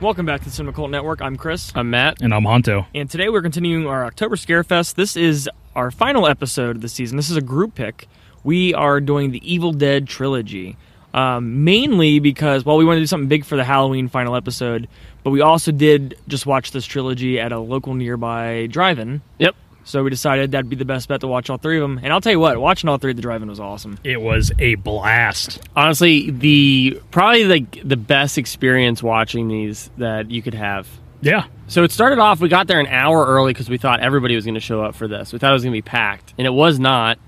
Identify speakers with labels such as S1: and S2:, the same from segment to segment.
S1: Welcome back to the Cinema Cult Network. I'm Chris.
S2: I'm Uh, Matt.
S3: And I'm Honto.
S1: And today we're continuing our October Scare Fest. This is our final episode of the season. This is a group pick. We are doing the Evil Dead trilogy, um, mainly because, well, we wanted to do something big for the Halloween final episode, but we also did just watch this trilogy at a local nearby drive in.
S2: Yep.
S1: So we decided that'd be the best bet to watch all three of them. And I'll tell you what, watching all three at the drive in was awesome.
S3: It was a blast.
S2: Honestly, the probably like the best experience watching these that you could have.
S3: Yeah.
S2: So it started off. We got there an hour early because we thought everybody was going to show up for this. We thought it was going to be packed, and it was not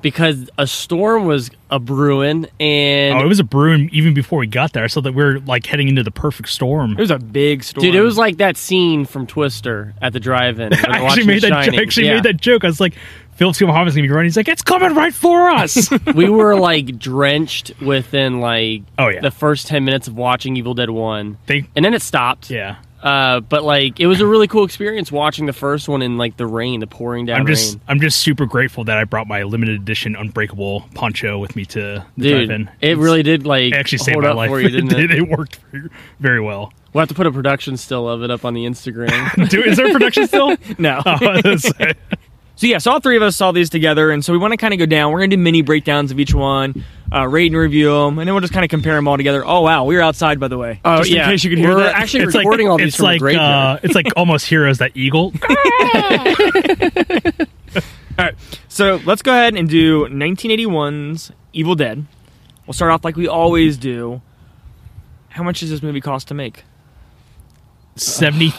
S2: because a storm was a brewing. And
S3: Oh, it was a broom even before we got there. I saw that we are like heading into the perfect storm.
S1: It was a big story.
S2: dude, it was like that scene from Twister at the drive-in.
S3: I actually made that. I actually made that joke. I was like, Philip Seymour Hoffman's gonna be running. He's like, it's coming right for us.
S2: that. we were like drenched within like
S3: Oh, yeah.
S2: the first ten minutes of watching Evil Dead One,
S3: they,
S2: and then it stopped.
S3: yeah.
S2: Uh, but like it was a really cool experience watching the first one in like the rain, the pouring down
S3: I'm just,
S2: rain.
S3: I'm just super grateful that I brought my limited edition unbreakable poncho with me to the
S2: Dude,
S3: drive-in.
S2: it really did like
S3: It actually saved
S2: hold
S3: my
S2: up
S3: life.
S2: for you, didn't it?
S3: it, it worked very- very well.
S2: We'll have to put a production still of it up on the Instagram.
S3: Dude, is there production still?
S1: No.
S3: Oh, I was gonna say.
S1: So yes, all three of us saw these together, and so we want to kind of go down. We're gonna do mini breakdowns of each one, uh, rate and review them, and then we'll just kind of compare them all together. Oh wow, we were outside by the way.
S2: Oh,
S1: just
S2: yeah.
S1: in case you could hear
S2: We're
S1: that.
S2: actually- recording
S3: like,
S2: all these
S3: it's
S2: from a
S3: like,
S2: graveyard.
S3: uh, it's like almost heroes that eagle.
S1: all right, so let's go ahead and do 1981's Evil Dead. We'll start off like we always do. How much does this movie cost to make?
S3: Seventy,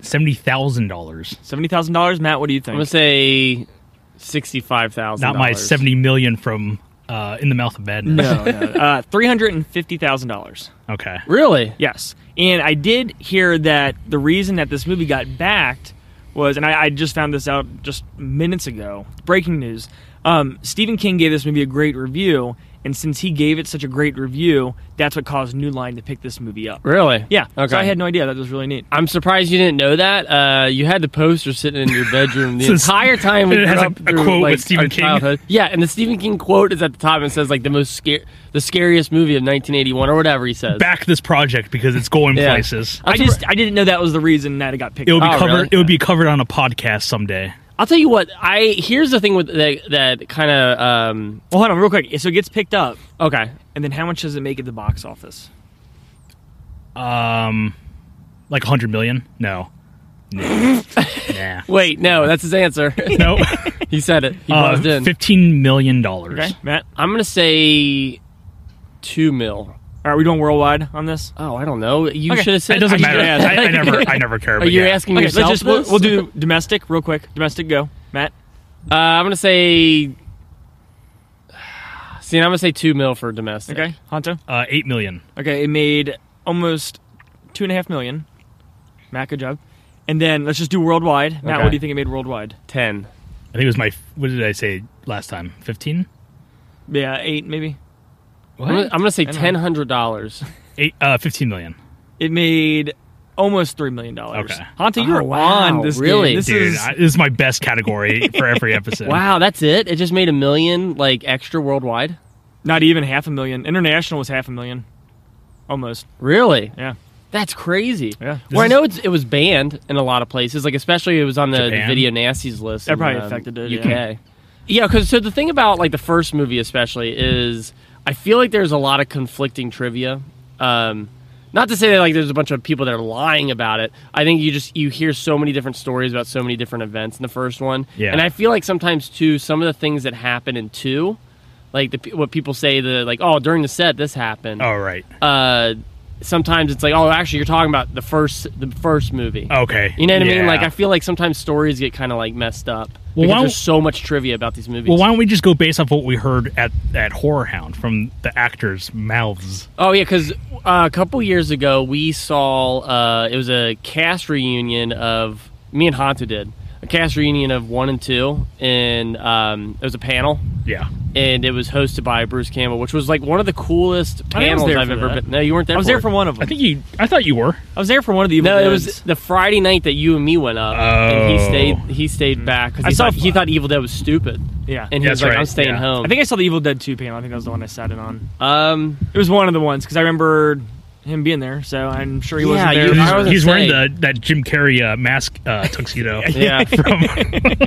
S3: seventy thousand dollars.
S1: Seventy thousand dollars, Matt. What do you
S2: I'm gonna
S1: think?
S2: say sixty-five thousand.
S3: Not my seventy million from uh, in the mouth of madness.
S2: Oh,
S1: no, no. Uh, three hundred and fifty thousand dollars.
S3: Okay.
S2: Really?
S1: Yes. And I did hear that the reason that this movie got backed was, and I, I just found this out just minutes ago, breaking news. Um, Stephen King gave this movie a great review, and since he gave it such a great review, that's what caused New Line to pick this movie up.
S2: Really?
S1: Yeah.
S2: Okay.
S1: So I had no idea. That was really neat.
S2: I'm surprised you didn't know that. Uh, you had the poster sitting in your bedroom the
S3: So it's-
S2: entire time. We
S3: and it
S2: grew
S3: has a-
S2: up
S3: a
S2: through,
S3: quote with
S2: like,
S3: Stephen
S2: our
S3: King.
S2: childhood. Yeah, and the Stephen King quote is at the top and says like the most scar- the scariest movie of 1981 or whatever he says.
S3: Back this project because it's going
S2: Yeah.
S3: places.
S2: I'm
S1: I
S2: surpri-
S1: just I didn't know that was the reason that it got picked
S3: It will be
S1: up.
S2: Oh,
S3: covered.
S2: really?
S3: It will be covered on a podcast someday.
S2: I'll tell you what. I here's the thing with that, that kind of um,
S1: Uh, Well, hold on, real quick. So it gets picked up,
S2: okay.
S1: and then how much does it make at the box office?
S3: Um, like hundred million? No. No. nah.
S2: Wait, no, that's his answer.
S3: No.
S2: he said it. He
S3: Uh,
S2: buzzed in.
S3: Fifteen million dollars.
S1: Okay, Matt.
S2: I'm gonna say two mil.
S1: Are we doing worldwide on this?
S2: Oh, I don't know. You
S1: Okay.
S2: should have said.
S3: It doesn't
S2: I
S3: matter.
S2: should've asked.
S3: I, I never. I never care.
S2: Are
S3: But
S2: you
S3: yeah.
S2: asking
S1: Okay, let's
S2: yourself?
S1: just we'll,
S2: this?
S1: we'll do domestic real quick. Domestic, go, Matt.
S2: Uh, I'm gonna say. See, I'm gonna say two mil for domestic.
S1: Okay, Honto.
S3: Uh, Eight million.
S1: Okay, it made almost two and a half million. Matt, good job. And then let's just do worldwide. Matt,
S2: Okay.
S1: what do you think it made worldwide?
S2: Ten.
S3: I think it was my. What did I say last time? Fifteen.
S1: Yeah, eight maybe.
S2: I'm gonna, I'm gonna say
S1: Hang on.
S2: ten hundred dollars.
S3: Eight. Uh, Fifteen million.
S1: It made almost three million dollars.
S3: Okay.
S1: Honto, you're
S2: Oh, wow,
S1: on this. game.
S2: really?
S1: This
S3: Dude,
S1: is
S3: I, this is my best category for every episode.
S2: Wow, that's it. It just made a million like extra worldwide.
S1: not even half a million. International was half a million, almost.
S2: Really?
S1: Yeah.
S2: That's crazy.
S1: Yeah.
S2: Well, I
S3: This
S2: know it's, it was banned in a lot of places, like especially it was on the, the
S3: Japan?
S2: video nasties list.
S1: That
S2: in,
S1: probably
S2: um,
S1: affected it,
S2: UK. Yeah, because so the thing about like the first movie especially is I feel like there's a lot of conflicting trivia. Um, not to say that like there's a bunch of people that are lying about it. I think you just you hear so many different stories about so many different events in the first one.
S3: Yeah.
S2: And I feel like sometimes too some of the things that happen in two, like the, pe- what people say the like oh during the set this happened
S3: Oh right.
S2: uh, sometimes it's like, oh, actually, you're talking about the first the first movie.
S1: Oh,
S3: Okay.
S2: You know what I mean?
S3: Yeah.
S2: Like, I feel like sometimes stories get kind of like messed up
S3: Well, why
S2: because
S3: don't-
S2: there's so much trivia about these movies.
S3: Well, why don't we just go based off what we heard at at Horror Hound from the actors' mouths?
S2: oh yeah, because uh, a couple years ago we saw uh, it was a cast reunion of me and Hantu did a cast reunion of one and two, and um, it was a panel.
S3: Yeah.
S2: And it was hosted by Bruce Campbell, which was like one of the coolest
S1: I was
S2: panels
S1: there
S2: I've
S1: for
S2: ever
S1: that.
S2: been. No, you weren't there.
S1: I was
S2: for
S1: there
S2: it.
S1: for one of
S3: I
S1: them.
S3: think you. I thought you were.
S1: I was there for one of the. Evil
S2: No, it
S1: Deads.
S2: was the Friday night that you and me went up, and he
S3: Oh.
S2: stayed. He stayed back
S1: I
S2: because he,
S1: saw-
S2: thought- he thought Evil Dead was stupid,
S1: yeah.
S2: and he
S3: That's
S2: was like,
S3: right,
S2: "I'm staying
S3: yeah.
S2: home."
S1: I think I saw the Evil Dead 2 panel. I think that was the one I sat in on.
S2: um,
S1: It was one of the ones because I remember him being there, so I'm sure he
S2: Yeah,
S1: wasn't there.
S2: you- I was
S3: He's,
S2: gonna
S3: he's wearing
S2: say-
S3: the that Jim Carrey uh, mask uh, tuxedo.
S2: Yeah,
S3: From,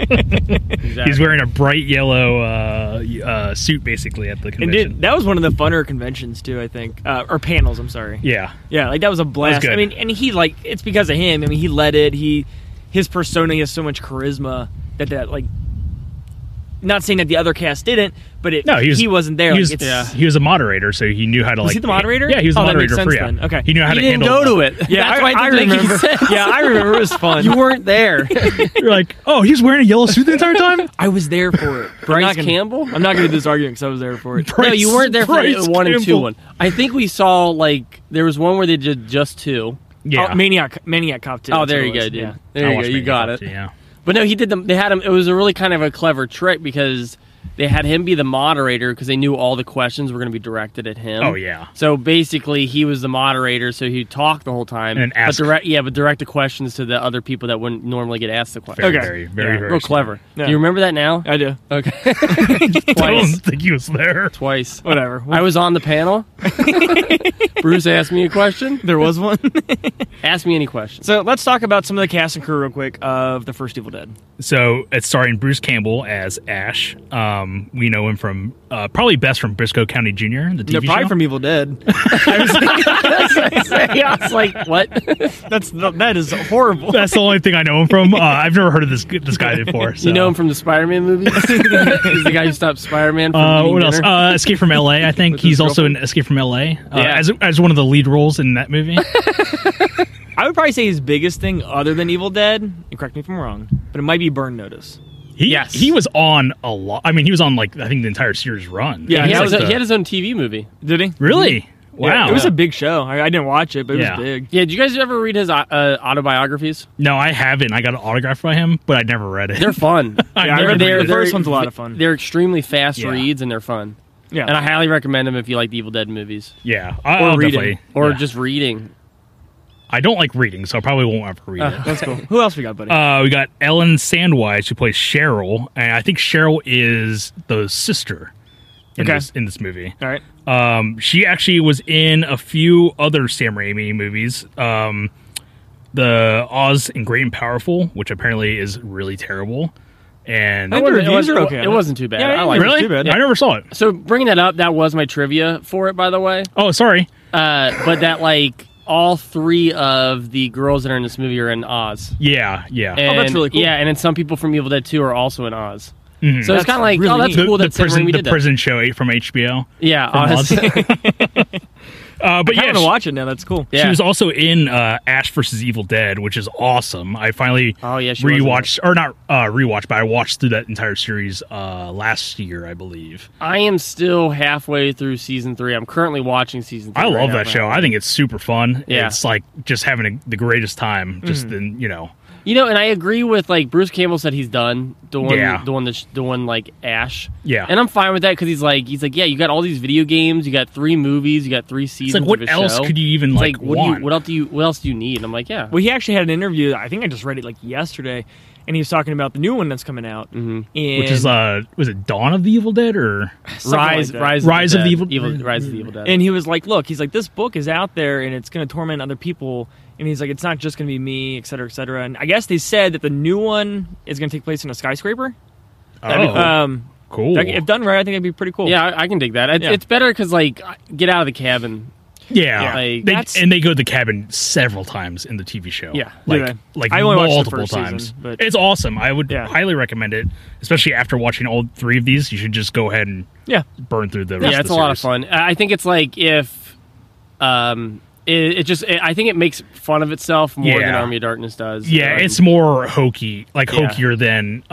S2: exactly.
S3: he's wearing a bright yellow uh, uh, suit basically at the
S1: and
S3: convention.
S1: did, that was one of the funner conventions too, I think, uh, or panels. I'm sorry.
S3: yeah,
S1: Yeah, like that was a blast.
S3: good.
S1: I mean, and he like it's because of him. I mean, he led it. He his persona has so much charisma that that like. Not saying that the other cast didn't, but it
S3: no, he was
S1: not there. Like,
S3: He was,
S1: it's-
S3: he was a moderator, so he knew how to like.
S1: Was he the moderator?
S3: Yeah, he was the
S1: Oh, that
S3: moderator
S1: makes sense
S3: for yeah.
S1: then. Okay.
S3: he knew how
S2: You
S3: to
S2: didn't
S3: handle
S2: go to it.
S1: Yeah,
S2: That's
S1: I,
S2: why it
S1: I
S2: didn't make any
S1: remember.
S2: sense.
S1: Yeah, I remember. It was fun.
S2: You weren't there.
S3: You're like, oh, he's wearing a yellow suit the entire time.
S1: I was there for it. I'm
S2: Bryce
S1: not gonna-
S2: Campbell?
S1: I'm not going to do this argument because I was there for it.
S2: no, you weren't there for
S3: Bryce
S2: the one and two
S3: Campbell.
S2: one. I think we saw like there was one where they did just two.
S3: Yeah.
S1: Oh, Maniac, Maniac Cop 2.
S2: Oh,
S1: that's
S2: there
S1: what
S2: you
S1: it
S2: go,
S1: was,
S2: dude.
S1: yeah.
S2: There
S3: I
S2: you
S3: watched
S2: go. You
S3: Maniac
S2: got
S3: Cop
S2: it.
S3: too, Yeah.
S2: But no, he did them. They had him. It was a really kind of a clever trick because they had him be the moderator because they knew all the questions were going to be directed at him.
S3: Oh, yeah.
S2: So basically, he was the moderator, so he'd talk the whole time
S3: And then
S2: but
S3: ask-
S2: direct, yeah, but direct the questions to the other people that wouldn't normally get asked the question.
S3: Very,
S1: Okay.
S3: very, very,
S1: Yeah.
S3: very.
S2: Real
S3: smart.
S2: clever.
S1: Yeah.
S2: Do you remember that now?
S1: I do.
S2: Okay,
S3: I don't
S2: twice,
S3: think he was there.
S2: twice.
S1: Whatever.
S2: I was on the panel. Bruce asked me a question.
S1: there was one.
S2: Ask me any questions.
S1: so let's talk about some of the cast and crew real quick of the first Evil Dead.
S3: So it's starring Bruce Campbell as Ash. Um, we know him from uh, probably best from Briscoe County Jr.
S1: No,
S3: The TV
S1: probably
S3: show.
S1: from Evil Dead.
S2: I was like, what?
S1: That's that is horrible.
S3: That's the only thing I know him from. Uh, I've never heard of this this guy before. So.
S2: You know him from the Spider-Man movies. He's the guy who stopped Spider-Man. From
S3: Uh,
S2: eating
S3: what else?
S2: dinner.
S3: Uh, Escape from L.A. I think
S2: With his
S3: he's also in Escape from L.A. Uh,
S2: Yeah.
S3: as as one of the lead roles in that movie.
S1: I would probably say his biggest thing, other than Evil Dead, and correct me if I'm wrong, but it might be Burn Notice.
S3: He,
S2: Yes.
S3: he was on a lot. I mean, he was on like I think the entire series run.
S1: Yeah,
S2: he, had
S3: He's
S1: that
S2: his,
S3: like
S1: Uh, was
S3: the-
S2: he had his own TV movie.
S1: Did he?
S3: really. Wow,
S1: Yeah, it was a big show. I, I didn't watch it, but it
S3: Yeah.
S1: was big.
S2: Yeah, did you guys ever read his uh, uh, autobiographies?
S3: no, I haven't. I got an autograph by him, but I never read it.
S2: They're fun.
S3: I never
S1: read the
S3: read it.
S1: first one's a lot of fun.
S2: They're extremely fast
S3: Yeah.
S2: reads and they're fun.
S1: Yeah. Oh,
S2: And I highly recommend them if you like the Evil Dead movies
S3: yeah, I,
S2: or
S3: I'll
S2: reading
S3: definitely-
S2: or
S3: yeah.
S2: just reading.
S3: I don't like reading, so I probably won't ever read it.
S1: That's cool. Who else we got, buddy?
S3: Uh, we got Ellen Sandwise who plays Cheryl, and I think Cheryl is the sister in
S1: Okay.
S3: this in this movie.
S1: All right.
S3: Um, she actually was in a few other Sam Raimi movies. Um, the Oz and Great and Powerful, which apparently is really terrible, and
S1: I
S2: It
S1: think the
S2: wasn't- it
S1: reviews
S2: wasn't-
S1: are okay.
S2: It wasn't too bad.
S1: Yeah,
S2: I
S1: yeah,
S2: liked
S1: really?
S2: it.
S1: too bad.
S3: I never saw it.
S2: So bringing that up, that was my trivia for it, by the way.
S3: Oh, sorry.
S2: Uh, but that like all three of the girls that are in this movie are in Oz.
S3: Yeah, yeah.
S2: And,
S1: Oh, really cool.
S2: Yeah, and then some people from Evil Dead 2 are also in Oz. So
S1: That's
S2: it's kind of like,
S1: really
S2: oh, that's
S1: neat.
S3: the,
S2: cool.
S3: Mm-hmm. the
S2: That's
S3: prison,
S2: we
S3: the
S2: did that.
S3: prison show eight from HBO.
S2: Yeah,
S3: From Oz.
S2: Oz.
S3: Uh, but
S1: I
S3: yeah,
S1: want to
S3: she-
S1: watch it now. That's cool.
S2: Yeah.
S3: She was also in uh, Ash versus Evil Dead, which is awesome. I finally
S2: Oh, yeah, she was in
S3: rewatched or not uh, rewatched, but I watched through that entire series uh, last year, I believe.
S2: I am still halfway through season three. I'm currently watching season three.
S3: I
S2: right
S3: love
S2: now,
S3: that
S2: but-
S3: show. I think it's super fun.
S2: Yeah. Mm.
S3: It's like just having a, the greatest time. Just in you know,
S2: You know, and I agree with like Bruce Campbell said he's done the one,
S3: Yeah.
S2: the one that's the one like Ash.
S3: Yeah.
S2: and I'm fine with that because he's like he's like yeah, you got all these video games, you got three movies, you got three
S3: it's
S2: seasons.
S3: like what
S2: of a
S3: else
S2: show.
S3: could you even
S2: It's
S3: like,
S2: what
S3: want?
S2: do you what else do you what else do you need? And I'm like yeah,
S1: Well, he actually had an interview. I think I just read it like yesterday, and he was talking about the new one that's coming out, mm-hmm.
S3: which is uh, was it Dawn of the Evil Dead or
S2: rise
S1: that.
S2: rise
S3: Rise of the
S2: Dead.
S3: Evil-
S2: rise of the evil dead.
S1: And he was like, "Look, he's like, this book is out there, and it's going to torment other people." And he's like, "It's not just going to be me, et cetera, et cetera." And I guess they said that the new one is going to take place in a skyscraper.
S3: oh,
S2: Uh,
S1: Um,
S3: cool.
S1: that- if done right, I think it'd be pretty cool.
S2: yeah, I, I can dig that. It,
S1: Yeah.
S2: It's better because like I- get out of the cabin.
S3: yeah,
S2: yeah, like,
S3: They-
S1: that's-
S3: and they go to the cabin several times in the TV show.
S2: Yeah.
S3: like
S1: Do they?
S3: like
S1: I only watched the
S3: multiple
S1: first
S3: times.
S1: season, but-
S3: It's awesome. I would
S1: Yeah.
S3: highly recommend it, especially after watching all three of these. You should just go ahead and
S1: yeah.
S3: burn through the. Rest
S2: Yeah,
S3: of
S2: it's
S3: the
S2: a lot of
S3: series.
S2: fun. I I think it's like if um. It, it just, it, I think it makes fun of itself more than
S3: Yeah.
S2: Army of Darkness does.
S3: Yeah,
S2: Um,
S3: it's more hokey, like
S2: Yeah.
S3: hokier than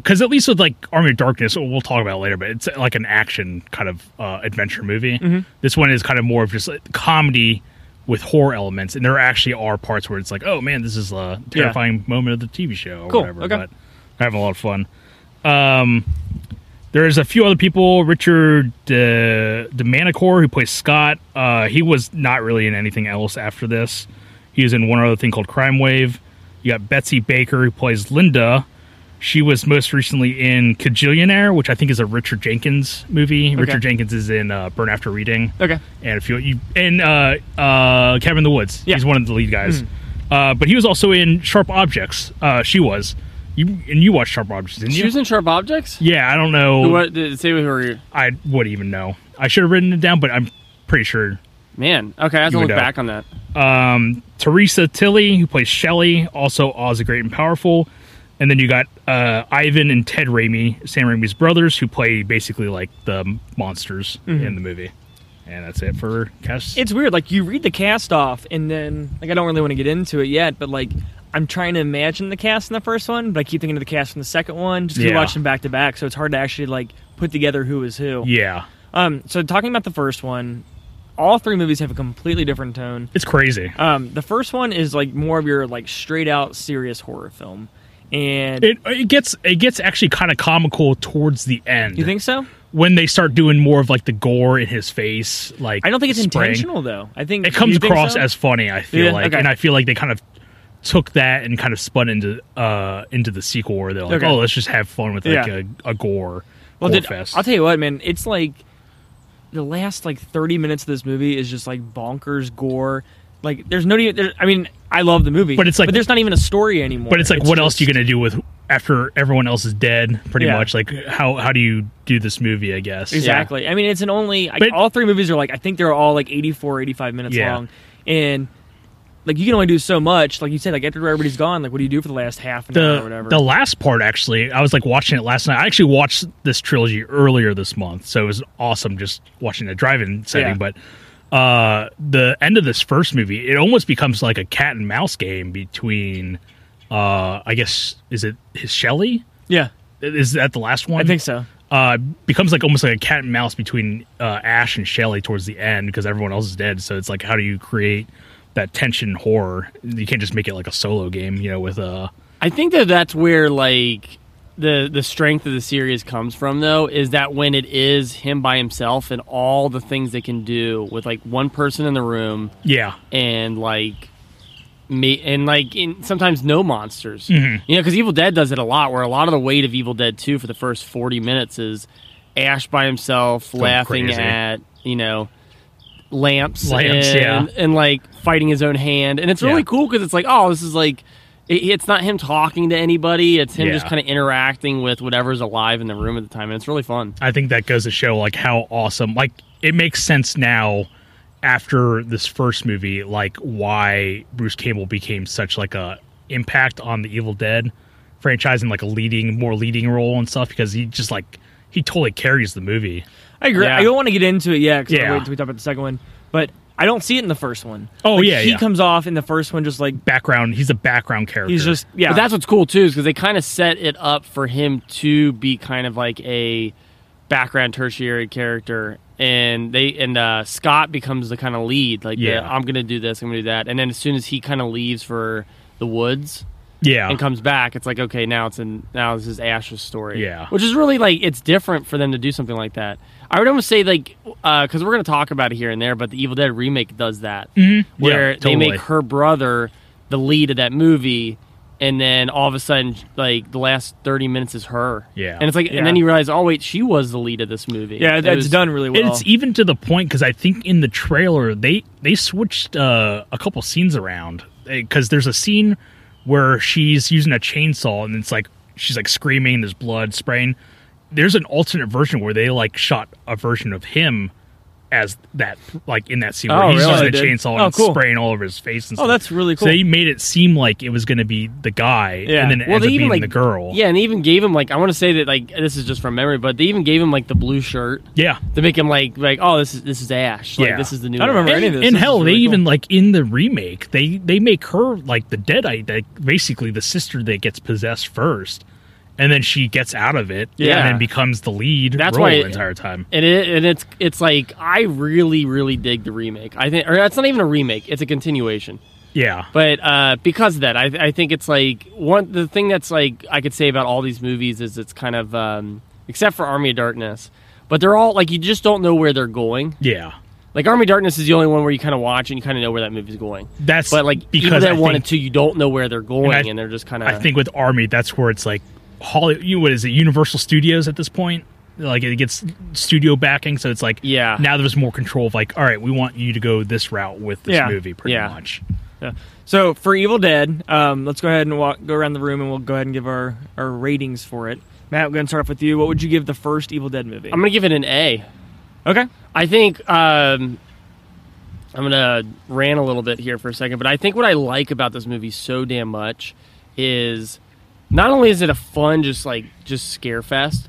S3: because at least with like Army of Darkness, we'll talk about it later, but it's uh, like an action kind of uh, adventure movie. This one is kind of more of just like, comedy with horror elements, and there actually are parts where it's like, oh man, this is a terrifying moment of the TV show or
S1: Cool,
S3: whatever.
S1: okay.
S3: But I'm having a lot of fun. Um, there's a few other people. Richard De, De Manicore, who plays Scott, uh, he was not really in anything else after this. He was in one other thing called Crime Wave. You got Betsy Baker, who plays Linda, She was most recently in Cajillionaire, which I think is a Richard Jenkins movie. Richard Jenkins is in uh, Burn After Reading.
S1: Okay.
S3: And a few you and uh uh Cabin in the Woods.
S1: Yeah.
S3: He's one of the lead guys.
S2: Hmm.
S3: Uh but he was also in Sharp Objects. Uh she was. You and you watched Sharp Objects, didn't
S2: She
S3: you?
S2: was in Sharp Objects?
S3: yeah, I don't know.
S2: Who, what, did it say who were
S3: I would even know. I should have written it down, but I'm pretty sure.
S2: Man, okay, I have to
S3: You
S2: look
S3: would know.
S2: back on that.
S3: Um, Teresa Tilly, who plays Shelley, also Oz the Great and Powerful. And then you got uh, Ivan and Ted Raimi, Sam Raimi's brothers, who play basically like the monsters
S1: Mm-hmm.
S3: in the movie. And that's it for cast.
S1: It's weird. Like you read the cast off, and then like I don't really want to get into it yet, but like I'm trying to imagine the cast in the first one, but I keep thinking of the cast from the second one. Just 'cause we
S3: Yeah.
S1: watched them back to back, so it's hard to actually like put together who is who.
S3: yeah,
S1: Um. So talking about the first one, all three movies have a completely different tone.
S3: it's crazy.
S1: Um. The first one is like more of your like straight out serious horror film, and
S3: It it gets it gets actually kind of comical towards the end.
S1: you think so?
S3: when they start doing more of like the gore in his face, like
S1: I don't think it's
S3: spraying.
S1: intentional though. I think
S3: It comes
S1: you think
S3: across
S1: so?
S3: as funny. I feel
S1: Yeah,
S3: like,
S1: okay.
S3: and I feel like they kind of took that and kind of spun into uh into the sequel where they're like,
S1: Okay.
S3: oh, let's just have fun with like
S1: Yeah.
S3: a, a gore.
S1: Well,
S3: gore
S1: dude,
S3: fest.
S1: I'll tell you what, man. It's like the last like thirty minutes of this movie is just like bonkers gore. Like, there's no. e, There, I mean, I love the movie,
S3: But it's like-
S1: but there's not even a story anymore.
S3: but it's like, what else
S1: just-
S3: you gonna do with after everyone else is dead? Pretty
S1: Yeah.
S3: much, like how how do you do this movie? I guess
S1: Exactly. I mean, it's an only. Like,
S3: But-
S1: all three movies are like I think they're all like 84, 85 minutes
S3: Yeah.
S1: long, and like you can only do so much. Like you said, like after everybody's gone, like what do you do for the last half an hour or
S3: the
S1: whatever?
S3: the last part actually i was like watching it last night i actually watched this trilogy earlier this month so it was awesome just watching a drive-in setting
S1: Yeah.
S3: but uh the end of this first movie it almost becomes like a cat and mouse game between uh i guess is it his shelly
S1: yeah,
S3: is that the last one
S1: I think so.
S3: uh becomes like almost like a cat and mouse between uh ash and shelly towards the end because everyone else is dead so it's like how do you create that tension horror you can't just make it like a solo game you know with uh
S2: I think that that's where like the the strength of the series comes from though is that when it is him by himself and all the things they can do with like one person in the room
S3: yeah
S2: and like me and like in sometimes no monsters
S3: Mm-hmm.
S2: you know because evil dead does it a lot where a lot of the weight of evil dead 2 for the first 40 minutes is ash by himself laughing
S3: crazy.
S2: at you know lamps,
S3: Lamps,
S2: and,
S3: yeah.
S2: and like fighting his own hand and it's really
S3: Yeah.
S2: cool because it's like oh this is like it, it's not him talking to anybody it's him just
S3: Yeah.
S2: kind of interacting with whatever's alive in the room at the time and it's really fun
S3: I think that goes to show like how awesome. Like it makes sense now after this first movie, like why Bruce Campbell became such like a impact on the Evil Dead franchise and like a leading more leading role and stuff because he just like he totally carries the movie.
S1: I agree.
S2: Yeah.
S1: I don't want to get into it yet because
S3: Yeah.
S1: wait until we talk about the second one. But I don't see it in the first one.
S3: Oh,
S1: Like,
S3: yeah,
S1: he
S3: yeah.
S1: comes off in the first one just like
S3: Background, he's a background character.
S1: he's just yeah.
S2: But that's what's cool too, is because they kind of set it up for him to be kind of like a background tertiary character, and they and uh, Scott becomes the kind of lead, like yeah,
S3: Yeah.
S2: I'm gonna do this, I'm gonna do that, and then as soon as he kind of leaves for the woods
S3: yeah,
S2: and comes back, it's like okay, now it's in now this is Ash's story,
S3: Yeah.
S2: which is really like it's different for them to do something like that. I would almost say like because we're gonna talk about it here and there, but the Evil Dead remake does that where
S3: Mm-hmm. Yeah,
S2: they
S3: totally.
S2: make her brother the lead of that movie and then all of a sudden like the last 30 minutes is her
S3: Yeah.
S2: and it's like
S1: Yeah.
S2: and then you realize oh wait she was the lead of this movie
S1: yeah,
S2: It
S1: it's
S2: was-
S1: done really well.
S3: It's e even to the point because I think in the trailer they they switched uh, a couple scenes around because there's a scene where she's using a chainsaw and it's like she's like screaming, there's blood spraying. There's an alternate version where they like shot a version of him as that like in that scene where
S2: Oh,
S3: he's
S2: really?
S3: using
S1: They
S3: the
S1: did?
S3: chainsaw and
S1: Oh,
S3: it's
S1: cool.
S3: spraying all over his face. And
S1: Oh,
S3: stuff.
S1: that's really
S3: So
S1: cool.
S3: they made it seem like it was going to be the guy,
S1: Yeah.
S3: and then it
S2: well
S3: ends
S2: they
S3: up
S2: even
S3: being
S2: like
S3: the girl.
S2: yeah and they even gave him like i want to say that like this is just from memory but they even gave him like the blue shirt
S3: yeah.
S2: to make him like like oh this is this is ash like
S3: Yeah.
S2: this is the new
S1: I don't remember
S2: Ash.
S1: any of
S3: And,
S1: this.
S3: and
S1: This
S3: hell,
S1: is
S3: they
S1: really
S3: even like in the remake, they they make her like the deadite, like basically the sister that gets possessed first, and then she gets out of it,
S2: Yeah.
S3: and then becomes the lead
S2: That's
S3: role
S2: why-
S3: the entire time.
S2: and it and it's it's like i really really dig the remake i think or that's not even a remake it's a continuation
S3: Yeah,
S2: But uh, because of that, I, I think it's like one the thing that's like I could say about all these movies is it's kind of um, except for Army of Darkness, but they're all like you just don't know where they're going.
S3: yeah,
S2: Like Army of Darkness is the only one where you kind of watch and you kind of know where that movie's going.
S3: that's
S2: But like
S3: because
S2: because that uh,
S3: I
S2: one
S3: think,
S2: and two, you don't know where they're going, and,
S3: I-
S2: they're just kind of.
S3: I think with Army, that's where it's like Holly, you what is it? Universal Studios at this point. Like it gets studio backing, so it's like
S2: Yeah.
S3: Now there's more control of like, all right, we want you to go this route with this
S1: Yeah.
S3: movie, pretty
S2: Yeah.
S3: much.
S1: Yeah. So for Evil Dead, um, let's go ahead and walk, go around the room, and we'll go ahead and give our, our ratings for it. Matt, we're going to start off with you. What would you give the first Evil Dead movie?
S2: I'm gonna give it an A.
S1: okay.
S2: I think um, I'm gonna rant a little bit here for a second, but I think what I like about this movie so damn much is not only is it a fun, just like just scare fest,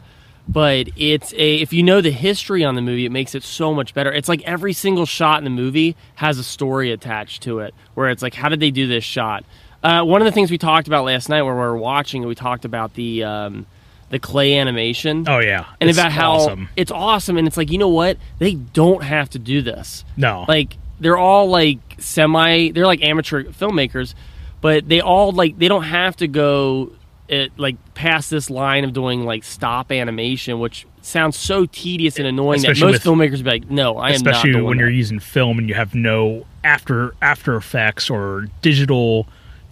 S2: but it's a if you know the history on the movie, it makes it so much better. It's like every single shot in the movie has a story attached to it, where it's like, how did they do this shot? Uh, one of the things we talked about last night, where we were watching, we talked about the um, the clay animation
S3: Oh yeah,
S2: and
S3: It's
S2: about how
S3: awesome.
S2: it's awesome and it's like you know what they don't have to do this
S3: no,
S2: like they're all like semi they're like amateur filmmakers but they all like they don't have to go it, like past this line of doing like stop animation which sounds so tedious and annoying that
S3: Especially
S2: most filmmakers be like no i am not
S3: especially
S2: doing
S3: when you're
S2: that."
S3: using film and you have no after After Effects or digital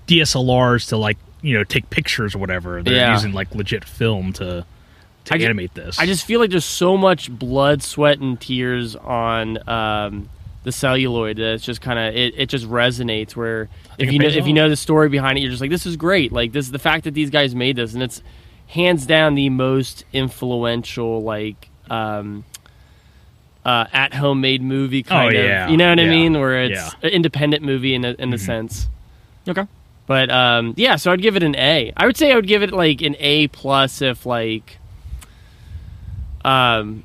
S3: DSLRs to like you know take pictures or whatever. They're
S2: Yeah.
S3: using like legit film to to
S2: I ju-
S3: animate this.
S2: I just feel like there's so much blood, sweat, and tears on um, the celluloid that it's just kind of it, it just resonates. Where if
S3: it
S2: you know,
S3: pays
S2: if you
S3: off.
S2: know the story behind it, you're just like, this is great. Like this is the fact that these guys made this, and it's hands down the most influential like um, uh, at home made movie kind of.
S3: Oh, yeah.
S2: You know what I
S3: Yeah. Mm-hmm.
S2: mean? Where it's an independent movie in a, in a sense.
S1: Okay.
S2: But um, yeah, so I'd give it an A. I would say I would give it like an A plus if like, um,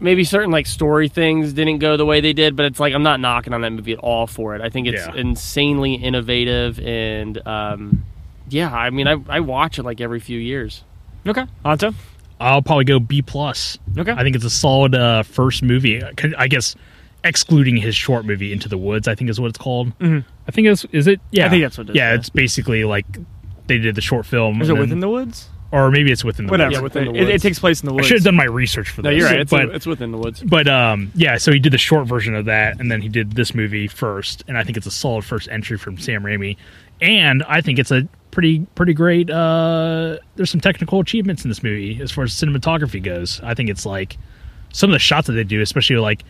S2: maybe certain like story things didn't go the way they did. But it's like I'm not knocking on that movie at all for it. I think it's
S3: Yeah.
S2: insanely innovative and um, yeah. I mean, I I watch it like every few years.
S1: Okay. Anto.
S3: I'll probably go B plus.
S1: Okay.
S3: I think it's a solid uh, first movie. I c- I guess excluding his short movie Into the Woods, I think is what it's called. I think it's is it? Yeah,
S1: I think that's what it is,
S3: Yeah,
S1: yeah.
S3: it's basically like they did the short film.
S1: Is it
S3: and
S1: within the
S3: then-
S1: woods?
S3: or maybe it's within the
S1: Whatever.
S3: Woods.
S2: Yeah, within the
S1: It- It,
S2: woods.
S1: takes place in the
S3: I
S1: woods.
S3: should have done my research for this.
S2: No, you're right. It's,
S3: but
S2: it's within the woods.
S3: but um, yeah, so he did the short version of that, and then he did this movie first, and I think it's a solid first entry from Sam Raimi, and I think it's a pretty pretty great. Uh, there's some technical achievements in this movie as far as cinematography goes. I think it's like some of the shots that they do, especially like,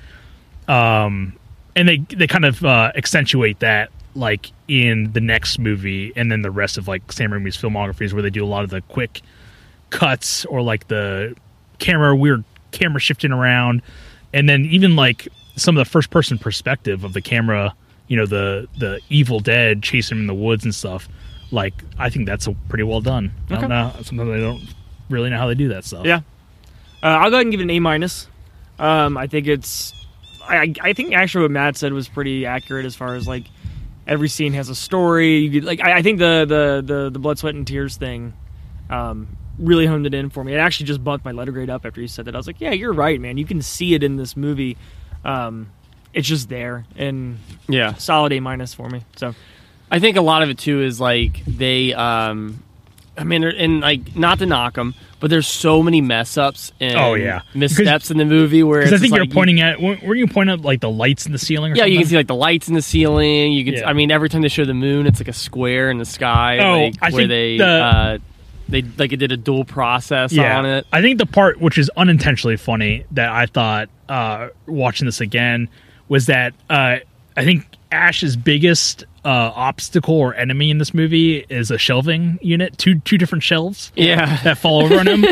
S3: um, and they they kind of uh, accentuate that like in the next movie, and then the rest of like Sam Raimi's filmographies where they do a lot of the quick cuts or like the camera weird camera shifting around and then even like some of the first person perspective of the camera you know the the evil dead chasing him in the woods and stuff like i think that's a pretty well done i
S1: Okay.
S3: don't know sometimes i don't really know how they do that stuff
S1: Yeah. Uh, I'll go ahead and give it an A minus. Um, I think it's. I, I think actually what Matt said was pretty accurate as far as like every scene has a story. You could, like I, I think the, the the the blood, sweat, and tears thing um, really honed it in for me. It actually just bumped my letter grade up after you said that. I was like, yeah, you're right, man. You can see it in this movie. Um, it's just there and
S2: Yeah.
S1: solid A minus for me. So
S2: I think a lot of it too is like they, um, I mean, they're- and like not to knock them, but there's so many mess ups and
S3: Oh, yeah.
S2: missteps in the movie where it's
S3: because i think
S2: just
S3: you're
S2: like you-
S3: pointing at at were you pointing at like the lights in the ceiling or
S2: yeah, you can
S3: something?
S2: see like the lights in the ceiling. You can,
S3: Yeah.
S2: I mean, every time they show the moon, it's like a square in the sky.
S3: Oh,
S2: like,
S3: I
S2: where
S3: think
S2: they
S3: the-
S2: uh, they like it did a dual process on it.
S3: I think the part which is unintentionally funny that I thought uh, watching this again was that uh, I think Ash's biggest uh, obstacle or enemy in this movie is a shelving unit, two two different shelves
S2: Yeah,
S3: that fall over on him.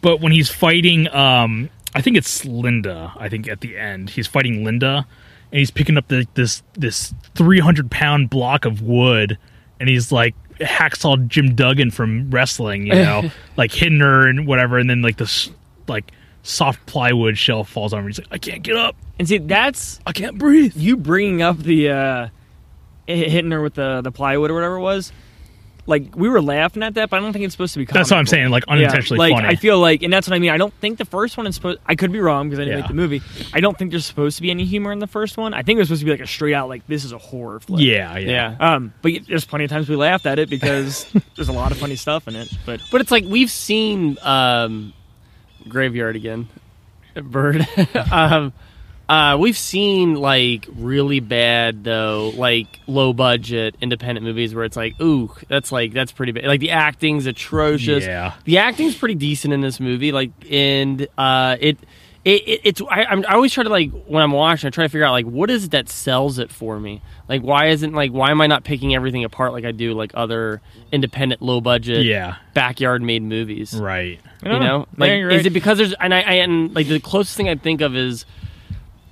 S3: But when he's fighting, um, I think it's Linda. I think at the end he's fighting Linda, and he's picking up the, this this three hundred pound block of wood, and he's like hacksaw Jim Duggan from wrestling, you know, like hitting her and whatever, and then like this like soft plywood shelf falls on him. He's like, I can't get up,
S1: and see that's
S3: I can't breathe.
S1: you bringing up the uh, hi- hitting her with the the plywood or whatever it was, like we were laughing at that, but I don't think it's supposed to be. Comical.
S3: That's what I'm saying, like
S1: Yeah,
S3: unintentionally
S1: like
S3: funny.
S1: I feel like, and that's what I mean. I don't think the first one is supposed. I could be wrong because I didn't
S3: Yeah.
S1: make the movie. I don't think there's supposed to be any humor in the first one. I think it was supposed to be like a straight out like this is a horror flick.
S3: yeah, yeah,
S2: yeah.
S1: Um, but y- there's plenty of times we laughed at it because there's a lot of funny stuff in it. But
S2: But it's like we've seen um, Graveyard again, Bird. um, Uh, we've seen like really bad though, like low budget independent movies where it's like, ooh, that's like that's pretty bad. Like the acting's atrocious.
S3: Yeah.
S2: the acting's pretty decent in this movie. Like, and uh, it. It, it, it's I, I'm, I always try to like when I'm watching I try to figure out like what is it that sells it for me like why isn't like why am I not picking everything apart like I do like other independent low budget
S3: Yeah.
S2: backyard made movies
S3: Right.
S2: you know like is it because there's and I, I and like the closest thing i think of is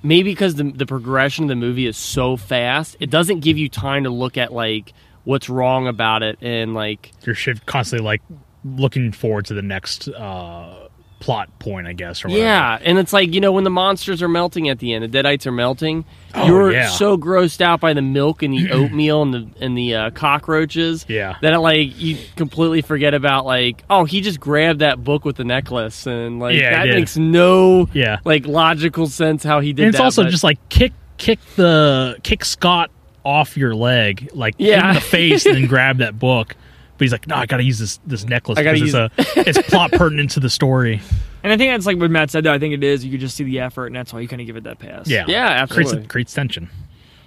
S2: maybe because the, the progression of the movie is so fast it doesn't give you time to look at like what's wrong about it and like
S3: You're shift constantly like looking forward to the next uh, plot point, I guess. Or whatever.
S2: yeah and it's like you know when the monsters are melting at the end the deadites are melting
S3: Oh,
S2: you're
S3: yeah.
S2: so grossed out by the milk and the oatmeal and the and the uh, cockroaches
S3: Yeah.
S2: that it like you completely forget about like oh he just grabbed that book with the necklace and like
S3: Yeah, I
S2: that
S3: did.
S2: makes no
S3: Yeah.
S2: like logical sense how he did
S3: and it's
S2: that,
S3: also
S2: but-
S3: just like kick kick the kick Scott off your leg, like
S2: Yeah.
S3: in the face, and then grab that book. But he's like, no, I gotta use this this necklace
S2: I gotta
S3: because it's a it's plot pertinent to the story.
S1: And I think that's like what Matt said. Though I think it is. You could just see the effort, and that's why you kind of give it that pass.
S3: Yeah,
S2: Yeah, absolutely.
S3: Creates, creates tension.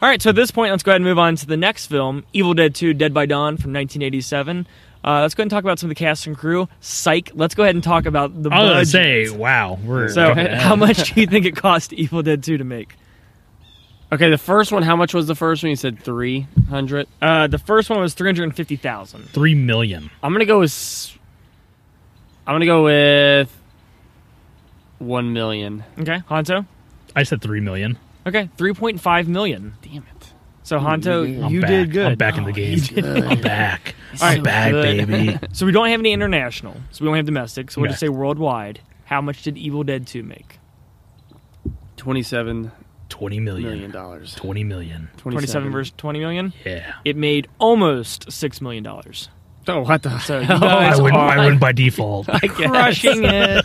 S1: All right. So at this point, let's go ahead and move on to the next film, Evil Dead 2: Dead by Dawn from 1987. Uh, let's go ahead and talk about some of the cast and crew. Psych. Let's go ahead and talk about the.
S3: I was gonna
S1: budget.
S3: say, wow, we're
S1: So,
S3: jumping ahead.
S1: how much do you think it cost Evil Dead 2 to make?
S2: Okay, the first one. How much was the first one? You said three hundred.
S1: Uh, the first one was 350,000.
S3: three million.
S2: I'm gonna go with. s- I'm gonna go with one million.
S1: Okay, Honto?
S3: I said three million.
S1: Okay, 3.5 million.
S2: Damn it!
S1: So, Honto,
S3: Mm, I'm
S1: you
S3: back.
S1: did good.
S3: I'm back in the game. I'm back. I'm
S1: so
S3: back,
S1: good.
S3: baby.
S1: So, we don't have any international, so we don't have domestic, so we'll just
S3: Okay.
S1: say worldwide. How much did Evil Dead 2 make?
S2: Twenty-seven
S3: Twenty
S2: million
S3: million.
S2: dollars.
S3: Twenty million.
S1: 27 versus 20 million?
S3: Yeah.
S1: It made almost $6 million.
S2: Oh, what the?
S1: So, you
S3: I
S1: guys
S3: win.
S1: are
S3: I win by default.
S1: crushing it.